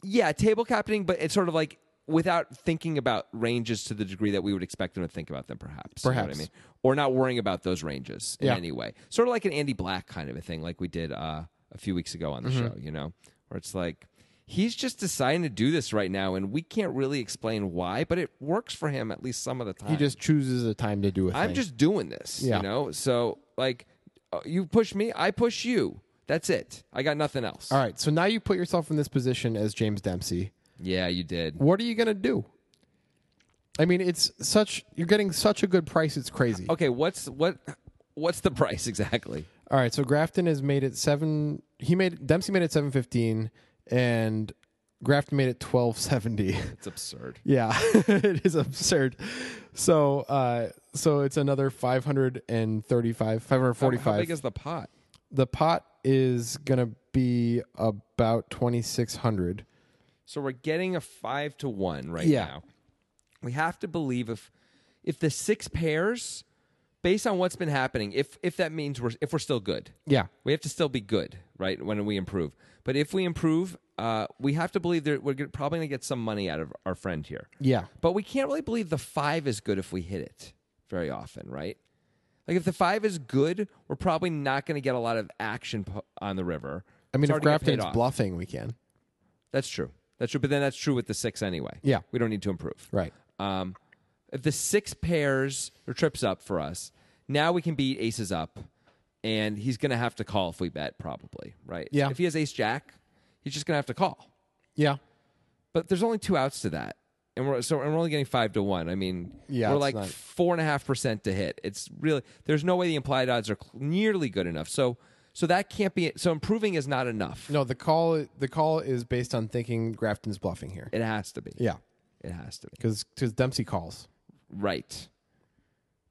Speaker 1: Yeah, table captaining, but it's sort of like without thinking about ranges to the degree that we would expect them to think about them, perhaps. You know what
Speaker 3: Perhaps.
Speaker 1: I mean, or not worrying about those ranges in
Speaker 3: Yeah.
Speaker 1: any way. Sort of like an Andy Black kind of a thing, like we did uh, a few weeks ago on
Speaker 3: Mm-hmm.
Speaker 1: the show. You know, where it's like he's just deciding to do this right now, and we can't really explain why, but it works for him at least some of the time.
Speaker 3: He just chooses a time to do a thing.
Speaker 1: I'm just doing this,
Speaker 3: Yeah.
Speaker 1: you know. So like, uh, you push me, I push you. That's it. I got nothing else.
Speaker 3: All right, so now you put yourself in this position as James Dempsey.
Speaker 1: Yeah, you did.
Speaker 3: What are you going to do? I mean, it's such you're getting such a good price, it's crazy.
Speaker 1: Okay, what's what what's the price exactly?
Speaker 3: All right, so Grafton has made it 7 he made Dempsey made it 715 and Grafton made it 1270.
Speaker 1: It's absurd.
Speaker 3: yeah. it is absurd. So, uh so it's another 535
Speaker 1: How
Speaker 3: 545.
Speaker 1: big is the pot?
Speaker 3: the pot is going to be about 2600.
Speaker 1: So we're getting a five to one right
Speaker 3: Yeah.
Speaker 1: now. We have to believe if if the six pairs, based on what's been happening, if if that means we're if we're still good.
Speaker 3: Yeah.
Speaker 1: We have to still be good, right? When we improve, but if we improve, uh, we have to believe that we're gonna- probably going to get some money out of our friend here.
Speaker 3: Yeah.
Speaker 1: But we can't really believe the five is good if we hit it very often, right? Like if the five is good, we're probably not going to get a lot of action po- on the river.
Speaker 3: I mean,
Speaker 1: It's
Speaker 3: if
Speaker 1: hard to get paid
Speaker 3: Grafton's
Speaker 1: off.
Speaker 3: bluffing, we can.
Speaker 1: That's true. That's true. But then that's true with the six anyway.
Speaker 3: Yeah.
Speaker 1: We don't need to improve.
Speaker 3: Right.
Speaker 1: Um, if the six pairs or trips up for us, now we can beat aces up, and he's going to have to call if we bet, probably, right?
Speaker 3: Yeah.
Speaker 1: If he has ace jack, he's just going to have to call.
Speaker 3: Yeah.
Speaker 1: But there's only two outs to that. And we're so and we're only getting five to one. I mean,
Speaker 3: Yeah,
Speaker 1: we're
Speaker 3: it's
Speaker 1: like
Speaker 3: not-
Speaker 1: four and a half percent to hit. It's really there's no way the implied odds are cl- nearly good enough. So so that can't be so improving is not enough.
Speaker 3: No, the call the call is based on thinking Grafton's bluffing here.
Speaker 1: It has to be.
Speaker 3: Yeah.
Speaker 1: It has to be.
Speaker 3: Cuz Dempsey calls.
Speaker 1: Right.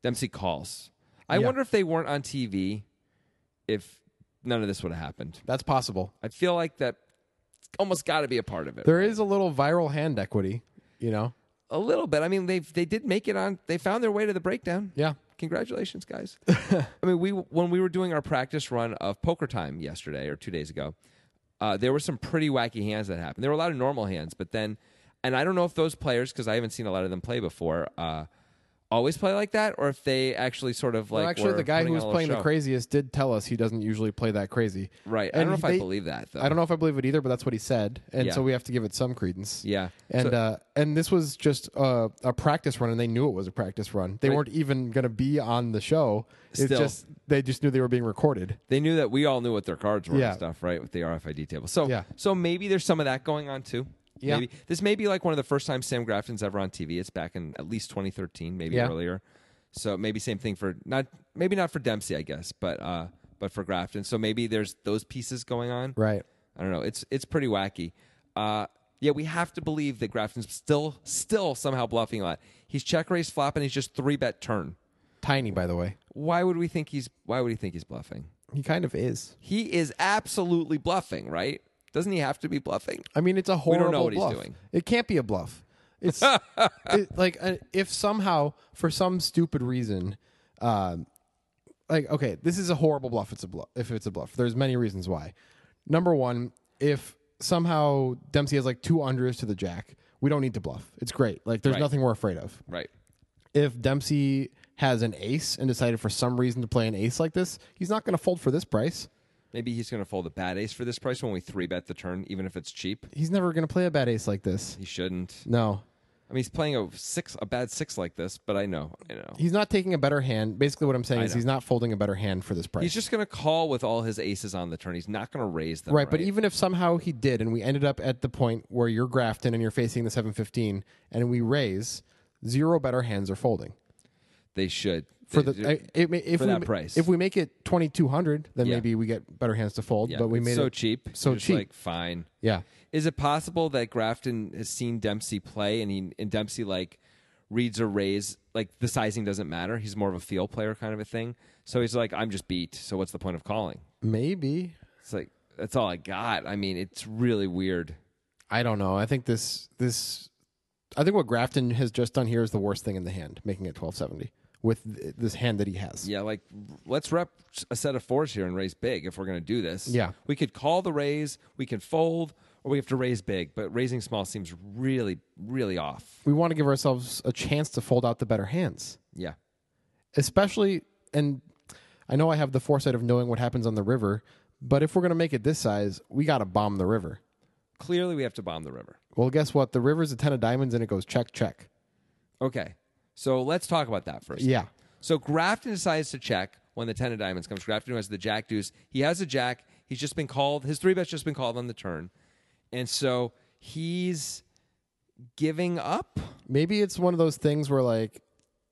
Speaker 1: Dempsey calls. I
Speaker 3: Yeah.
Speaker 1: wonder if they weren't on TV, if none of this would have happened.
Speaker 3: That's possible.
Speaker 1: I feel like that almost got to be a part of it.
Speaker 3: There is a little viral hand equity, you know.
Speaker 1: a little bit. I mean, they they did make it on. They found their way to the breakdown.
Speaker 3: Yeah.
Speaker 1: Congratulations, guys. I mean, we when we were doing our practice run of poker time yesterday or two days ago, uh, there were some pretty wacky hands that happened. There were a lot of normal hands, but then, and I don't know if those players, because I haven't seen a lot of them play before, uh, always play like that, or if they actually sort of like.
Speaker 3: well, actually,
Speaker 1: were
Speaker 3: the guy
Speaker 1: putting
Speaker 3: who was
Speaker 1: on a little
Speaker 3: playing the
Speaker 1: show.
Speaker 3: craziest did tell us he doesn't usually play that crazy.
Speaker 1: Right. I don't
Speaker 3: And
Speaker 1: know if I
Speaker 3: they-
Speaker 1: believe that though.
Speaker 3: I don't know if I believe it either, but that's what he said, and
Speaker 1: Yeah.
Speaker 3: so we have to give it some credence.
Speaker 1: Yeah.
Speaker 3: And
Speaker 1: So-
Speaker 3: uh, and this was just a, a practice run, and they knew it was a practice run. They weren't even going to be on the show. It's
Speaker 1: Still.
Speaker 3: just they just knew they were being recorded.
Speaker 1: they knew that we all knew what their cards were
Speaker 3: Yeah.
Speaker 1: and stuff, right? With the RFID table. So
Speaker 3: Yeah.
Speaker 1: so maybe there's some of that going on too.
Speaker 3: Yeah.
Speaker 1: Maybe this may be like one of the first times Sam Grafton's ever on TV. It's back in at least 2013, maybe
Speaker 3: Yeah.
Speaker 1: earlier. So maybe same thing for not maybe not for Dempsey, I guess, but uh but for Grafton. So maybe there's those pieces going on.
Speaker 3: Right.
Speaker 1: I don't know. It's it's pretty wacky. Uh yeah, we have to believe that Grafton's still still somehow bluffing a lot. He's check raise flop and he's just three bet turn.
Speaker 3: Tiny, by the way.
Speaker 1: Why would we think he's why would he think he's bluffing?
Speaker 3: He kind of is.
Speaker 1: he is absolutely bluffing, right? Doesn't he have to be bluffing?
Speaker 3: I mean, it's a
Speaker 1: don't know
Speaker 3: horrible
Speaker 1: what he's
Speaker 3: bluff.
Speaker 1: doing.
Speaker 3: It can't be a bluff. It's it, like uh, if somehow, for some stupid reason, um, like okay, this is a horrible bluff. It's a bluff. If it's a bluff, there's many reasons why. Number one, if somehow Dempsey has like two unders to the jack, we don't need to bluff. It's great. Like there's
Speaker 1: Right.
Speaker 3: nothing we're afraid of.
Speaker 1: Right.
Speaker 3: If Dempsey has an ace and decided for some reason to play an ace like this, he's not going to fold for this price.
Speaker 1: Maybe he's going to fold a bad ace for this price when we three bet the turn, even if it's cheap.
Speaker 3: He's never going to play a bad ace like this.
Speaker 1: He shouldn't.
Speaker 3: No,
Speaker 1: I mean, he's playing a six, a bad six like this, but I know, I know.
Speaker 3: He's not taking a better hand. Basically, what I'm saying is
Speaker 1: know.
Speaker 3: he's not folding a better hand for this price.
Speaker 1: He's just going to call with all his aces on the turn. He's not going to raise them.
Speaker 3: right,
Speaker 1: Right,
Speaker 3: but even if somehow he did, and we ended up at the point where you're Grafton and you're facing the 715, and we raise, zero better hands are folding
Speaker 1: they should
Speaker 3: for
Speaker 1: They-
Speaker 3: the I, it, may- if
Speaker 1: for
Speaker 3: we,
Speaker 1: that price.
Speaker 3: If we make it 2200, then
Speaker 1: Yeah.
Speaker 3: maybe we get better hands to fold.
Speaker 1: yeah,
Speaker 3: but we
Speaker 1: it's
Speaker 3: made
Speaker 1: so
Speaker 3: it
Speaker 1: cheap,
Speaker 3: so
Speaker 1: You're just
Speaker 3: cheap.
Speaker 1: Like fine.
Speaker 3: Yeah,
Speaker 1: Is it possible that Grafton has seen Dempsey play and he and Dempsey like reads a raise like the sizing doesn't matter? He's more of a field player kind of a thing. So he's like, I'm just beat. So what's the point of calling?
Speaker 3: maybe.
Speaker 1: It's like that's all I got. I mean, it's really weird.
Speaker 3: I don't know. I think this this. I think what Grafton has just done here is the worst thing in the hand, making it 1270 with th- this hand that he has.
Speaker 1: Yeah, like let's rep a set of fours here and raise big if we're going to do this.
Speaker 3: Yeah.
Speaker 1: we could call the raise, we can fold, or we have to raise big. But raising small seems really, really off.
Speaker 3: We want to give ourselves a chance to fold out the better hands.
Speaker 1: Yeah,
Speaker 3: especially and I know I have the foresight of knowing what happens on the river, but if we're going to make it this size, we got to bomb the river.
Speaker 1: clearly we have to bomb the river.
Speaker 3: Well, guess what? The river's a 10 of diamonds and it goes check check.
Speaker 1: Okay, so let's talk about that first.
Speaker 3: Yeah.
Speaker 1: So Grafton decides to check when the ten of diamonds comes. Grafton who has the jack deuce. He has a jack. He's just been called. His three bet's just been called on the turn, and so he's giving up.
Speaker 3: Maybe it's one of those things where like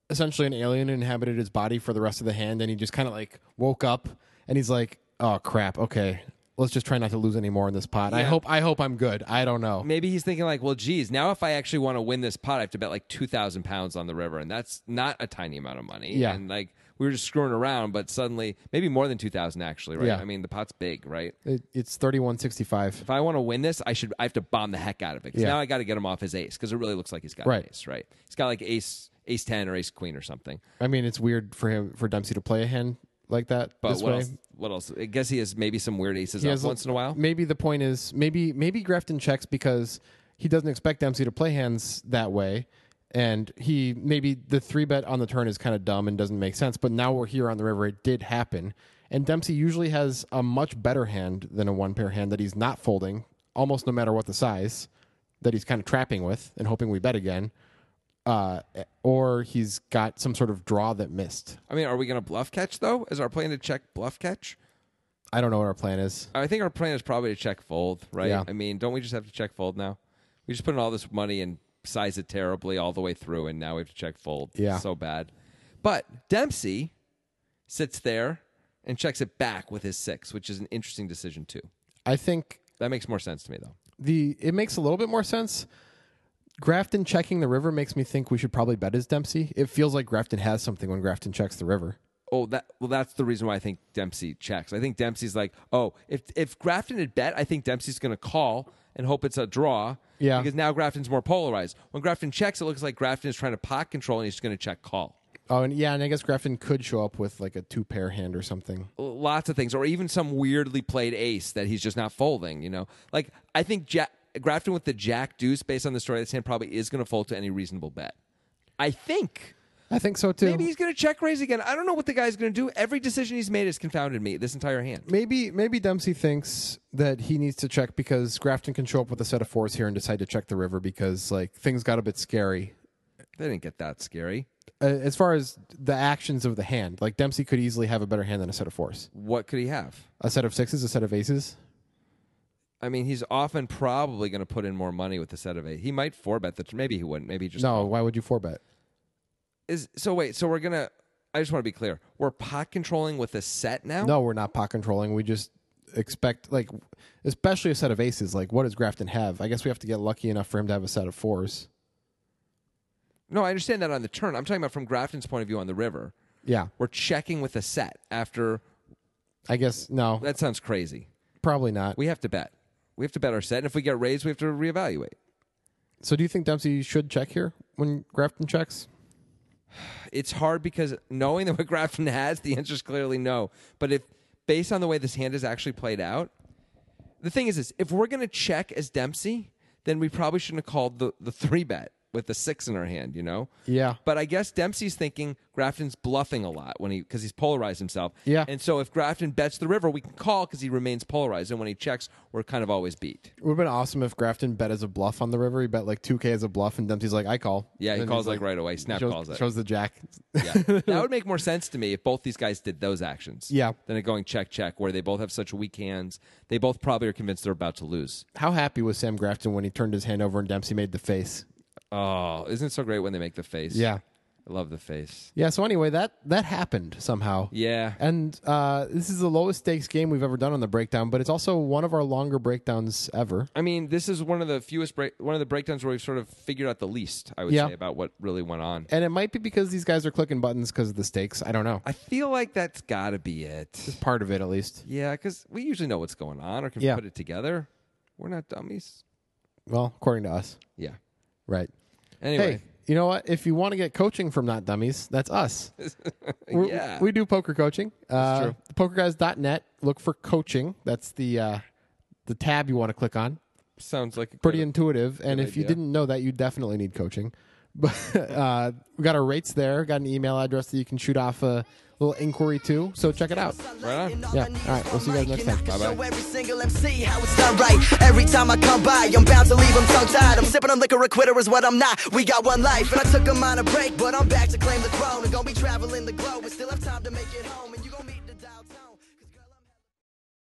Speaker 3: essentially an alien inhabited his body for the rest of the hand and he just kind of like woke up and he's like, "Oh crap. Okay. Let's just try not to lose any more in this pot. I
Speaker 1: Yeah.
Speaker 3: hope I hope I'm good. I don't know."
Speaker 1: Maybe he's thinking like, well, geez, now if I actually want to win this pot, I have to bet like two thousand pounds on the river, and that's not a tiny amount of money.
Speaker 3: Yeah.
Speaker 1: And like, we we were just screwing around, but suddenly maybe more than two thousand actually, right?
Speaker 3: Yeah.
Speaker 1: I mean, the pot's big, right?
Speaker 3: It, it's thirty-one sixty-five.
Speaker 1: If I want to win this, I should I have to bomb the heck out of it. 'Cause
Speaker 3: Yeah.
Speaker 1: Now I got to get him off his ace because it really looks like he's got
Speaker 3: Right.
Speaker 1: an ace, right? He's got like ace ace ten or ace queen or something.
Speaker 3: I mean, it's weird for him for Dempsey to play a hand like that
Speaker 1: But
Speaker 3: this
Speaker 1: what
Speaker 3: way.
Speaker 1: else? What else? I guess he has maybe some weird aces
Speaker 3: He
Speaker 1: up
Speaker 3: has-
Speaker 1: once in a while.
Speaker 3: Maybe the point is maybe maybe Grefton checks because he doesn't expect Dempsey to play hands that way, and he maybe the three bet on the turn is kind of dumb and doesn't make sense. But now we're here on the river; it did happen, and Dempsey usually has a much better hand than a one pair hand that he's not folding, almost no matter what the size, that he's kind of trapping with and hoping we bet again. Uh, or he's got some sort of draw that missed.
Speaker 1: I mean, are we going to bluff catch though? Is our plan to check bluff catch?
Speaker 3: I don't know what our plan is.
Speaker 1: I think our plan is probably to check fold, right?
Speaker 3: Yeah.
Speaker 1: I mean, don't we just have to check fold now? We just put in all this money and size it terribly all the way through, and now we have to check fold.
Speaker 3: Yeah.
Speaker 1: So bad. But Dempsey sits there and checks it back with his six, which is an interesting decision, too.
Speaker 3: I think
Speaker 1: That makes more sense to me, though.
Speaker 3: the it makes a little bit more sense. Grafton checking the river makes me think we should probably bet his Dempsey. It feels like Grafton has something when Grafton checks the river.
Speaker 1: Oh, that well, that's the reason why I think Dempsey checks. I think Dempsey's like, oh, if if Grafton had bet, I think Dempsey's going to call and hope it's a draw.
Speaker 3: Yeah.
Speaker 1: Because now Grafton's more polarized. When Grafton checks, it looks like Grafton is trying to pot control and he's going to check call.
Speaker 3: Oh, and yeah, and I guess Grafton could show up with like a two pair hand or something.
Speaker 1: lots of things, or even some weirdly played ace that he's just not folding. You know, like I think Jack Grafton with the Jack Deuce, based on the story of this hand, probably is going to fold to any reasonable bet. I think
Speaker 3: I think so too.
Speaker 1: maybe he's going to check raise again. I don't know what the guy's going to do. Every decision he's made has confounded me this entire hand.
Speaker 3: maybe maybe Dempsey thinks that he needs to check because Grafton can show up with a set of fours here and decide to check the river because like things got a bit scary
Speaker 1: They didn't get that scary.
Speaker 3: uh, as far as the actions of the hand. Like Dempsey could easily have a better hand than a set of fours,
Speaker 1: What could he have?
Speaker 3: a set of sixes, a set of aces.
Speaker 1: I mean, he's often probably going to put in more money with the set of eight. He might four bet the. Maybe he wouldn't. Maybe he just
Speaker 3: No, why would you four bet?
Speaker 1: is. So wait. So we're gonna. I just want to be clear. We're pot controlling with a set now.
Speaker 3: No, we're not pot controlling. We just expect like especially a set of aces. Like what does Grafton have? I guess we have to get lucky enough for him to have a set of fours.
Speaker 1: No, I understand that on the turn. I'm talking about from Grafton's point of view on the river.
Speaker 3: Yeah.
Speaker 1: We're checking with a set after.
Speaker 3: I guess no,
Speaker 1: That sounds crazy.
Speaker 3: probably not.
Speaker 1: We have to bet. We have to bet our set, and if we get raised, we have to reevaluate.
Speaker 3: So do you think Dempsey should check here when Grafton checks?
Speaker 1: It's hard because knowing that what Grafton has, the answer is clearly no. But if based on the way this hand is actually played out, the thing is this: if we're going to check as Dempsey, then we probably shouldn't have called the the three bet with the six in our hand. You know.
Speaker 3: Yeah.
Speaker 1: But I guess Dempsey's thinking Grafton's bluffing a lot when he because he's polarized himself.
Speaker 3: Yeah.
Speaker 1: And so if Grafton bets the river, we can call because he remains polarized. And when he checks, we're kind of always beat.
Speaker 3: It would have been awesome if Grafton bet as a bluff on the river. He bet like two K as a bluff and Dempsey's like, I call.
Speaker 1: Yeah, he
Speaker 3: And then
Speaker 1: calls
Speaker 3: he's
Speaker 1: like, right away. Snap
Speaker 3: shows,
Speaker 1: calls it.
Speaker 3: Shows the jack.
Speaker 1: yeah. That would make more sense to me if both these guys did those actions.
Speaker 3: Yeah.
Speaker 1: Than it going check check where they both have such weak hands. They both probably are convinced they're about to lose.
Speaker 3: How happy was Sam Grafton when he turned his hand over and Dempsey made the face?
Speaker 1: Oh, isn't it so great when they make the face?
Speaker 3: Yeah.
Speaker 1: I love the face.
Speaker 3: Yeah, so anyway, that that happened somehow.
Speaker 1: Yeah.
Speaker 3: And uh, this is the lowest stakes game we've ever done on the breakdown, but it's also one of our longer breakdowns ever.
Speaker 1: I mean, this is one of the fewest break, one of the breakdowns where we've sort of figured out the least. I would
Speaker 3: Yeah.
Speaker 1: say about what really went on.
Speaker 3: And it might be because these guys are clicking buttons because of the stakes. I don't know.
Speaker 1: I feel like that's got to be it.
Speaker 3: Part of it, at least.
Speaker 1: Yeah, because we usually know what's going on or can
Speaker 3: Yeah.
Speaker 1: put it together. We're not dummies.
Speaker 3: Well, according to us.
Speaker 1: Yeah.
Speaker 3: Right.
Speaker 1: Anyway,
Speaker 3: Hey, you know what? If you want to get coaching from Not Dummies, that's us. We're-
Speaker 1: yeah.
Speaker 3: We do poker coaching. Uh,
Speaker 1: true.
Speaker 3: Pokerguys.net. Look for coaching. That's the uh, the tab you want to click on.
Speaker 1: sounds like a
Speaker 3: pretty
Speaker 1: good-
Speaker 3: intuitive. And if you
Speaker 1: idea.
Speaker 3: didn't know that, you definitely need coaching. But uh, we got our rates there. Got an email address that you can shoot off a little inquiry to. So check it out.
Speaker 1: Right on.
Speaker 2: Yeah. All right. We'll see you guys next time.
Speaker 1: Bye-bye.
Speaker 2: Every single MC how it's done right. Every time I come by, I'm bound to leave them tongue tied. I'm sipping on liquor, a quitter is what I'm not. We got one life, and I took a minor break, but I'm back to claim the throne. And gonna be traveling the globe, and still have time to make it home. And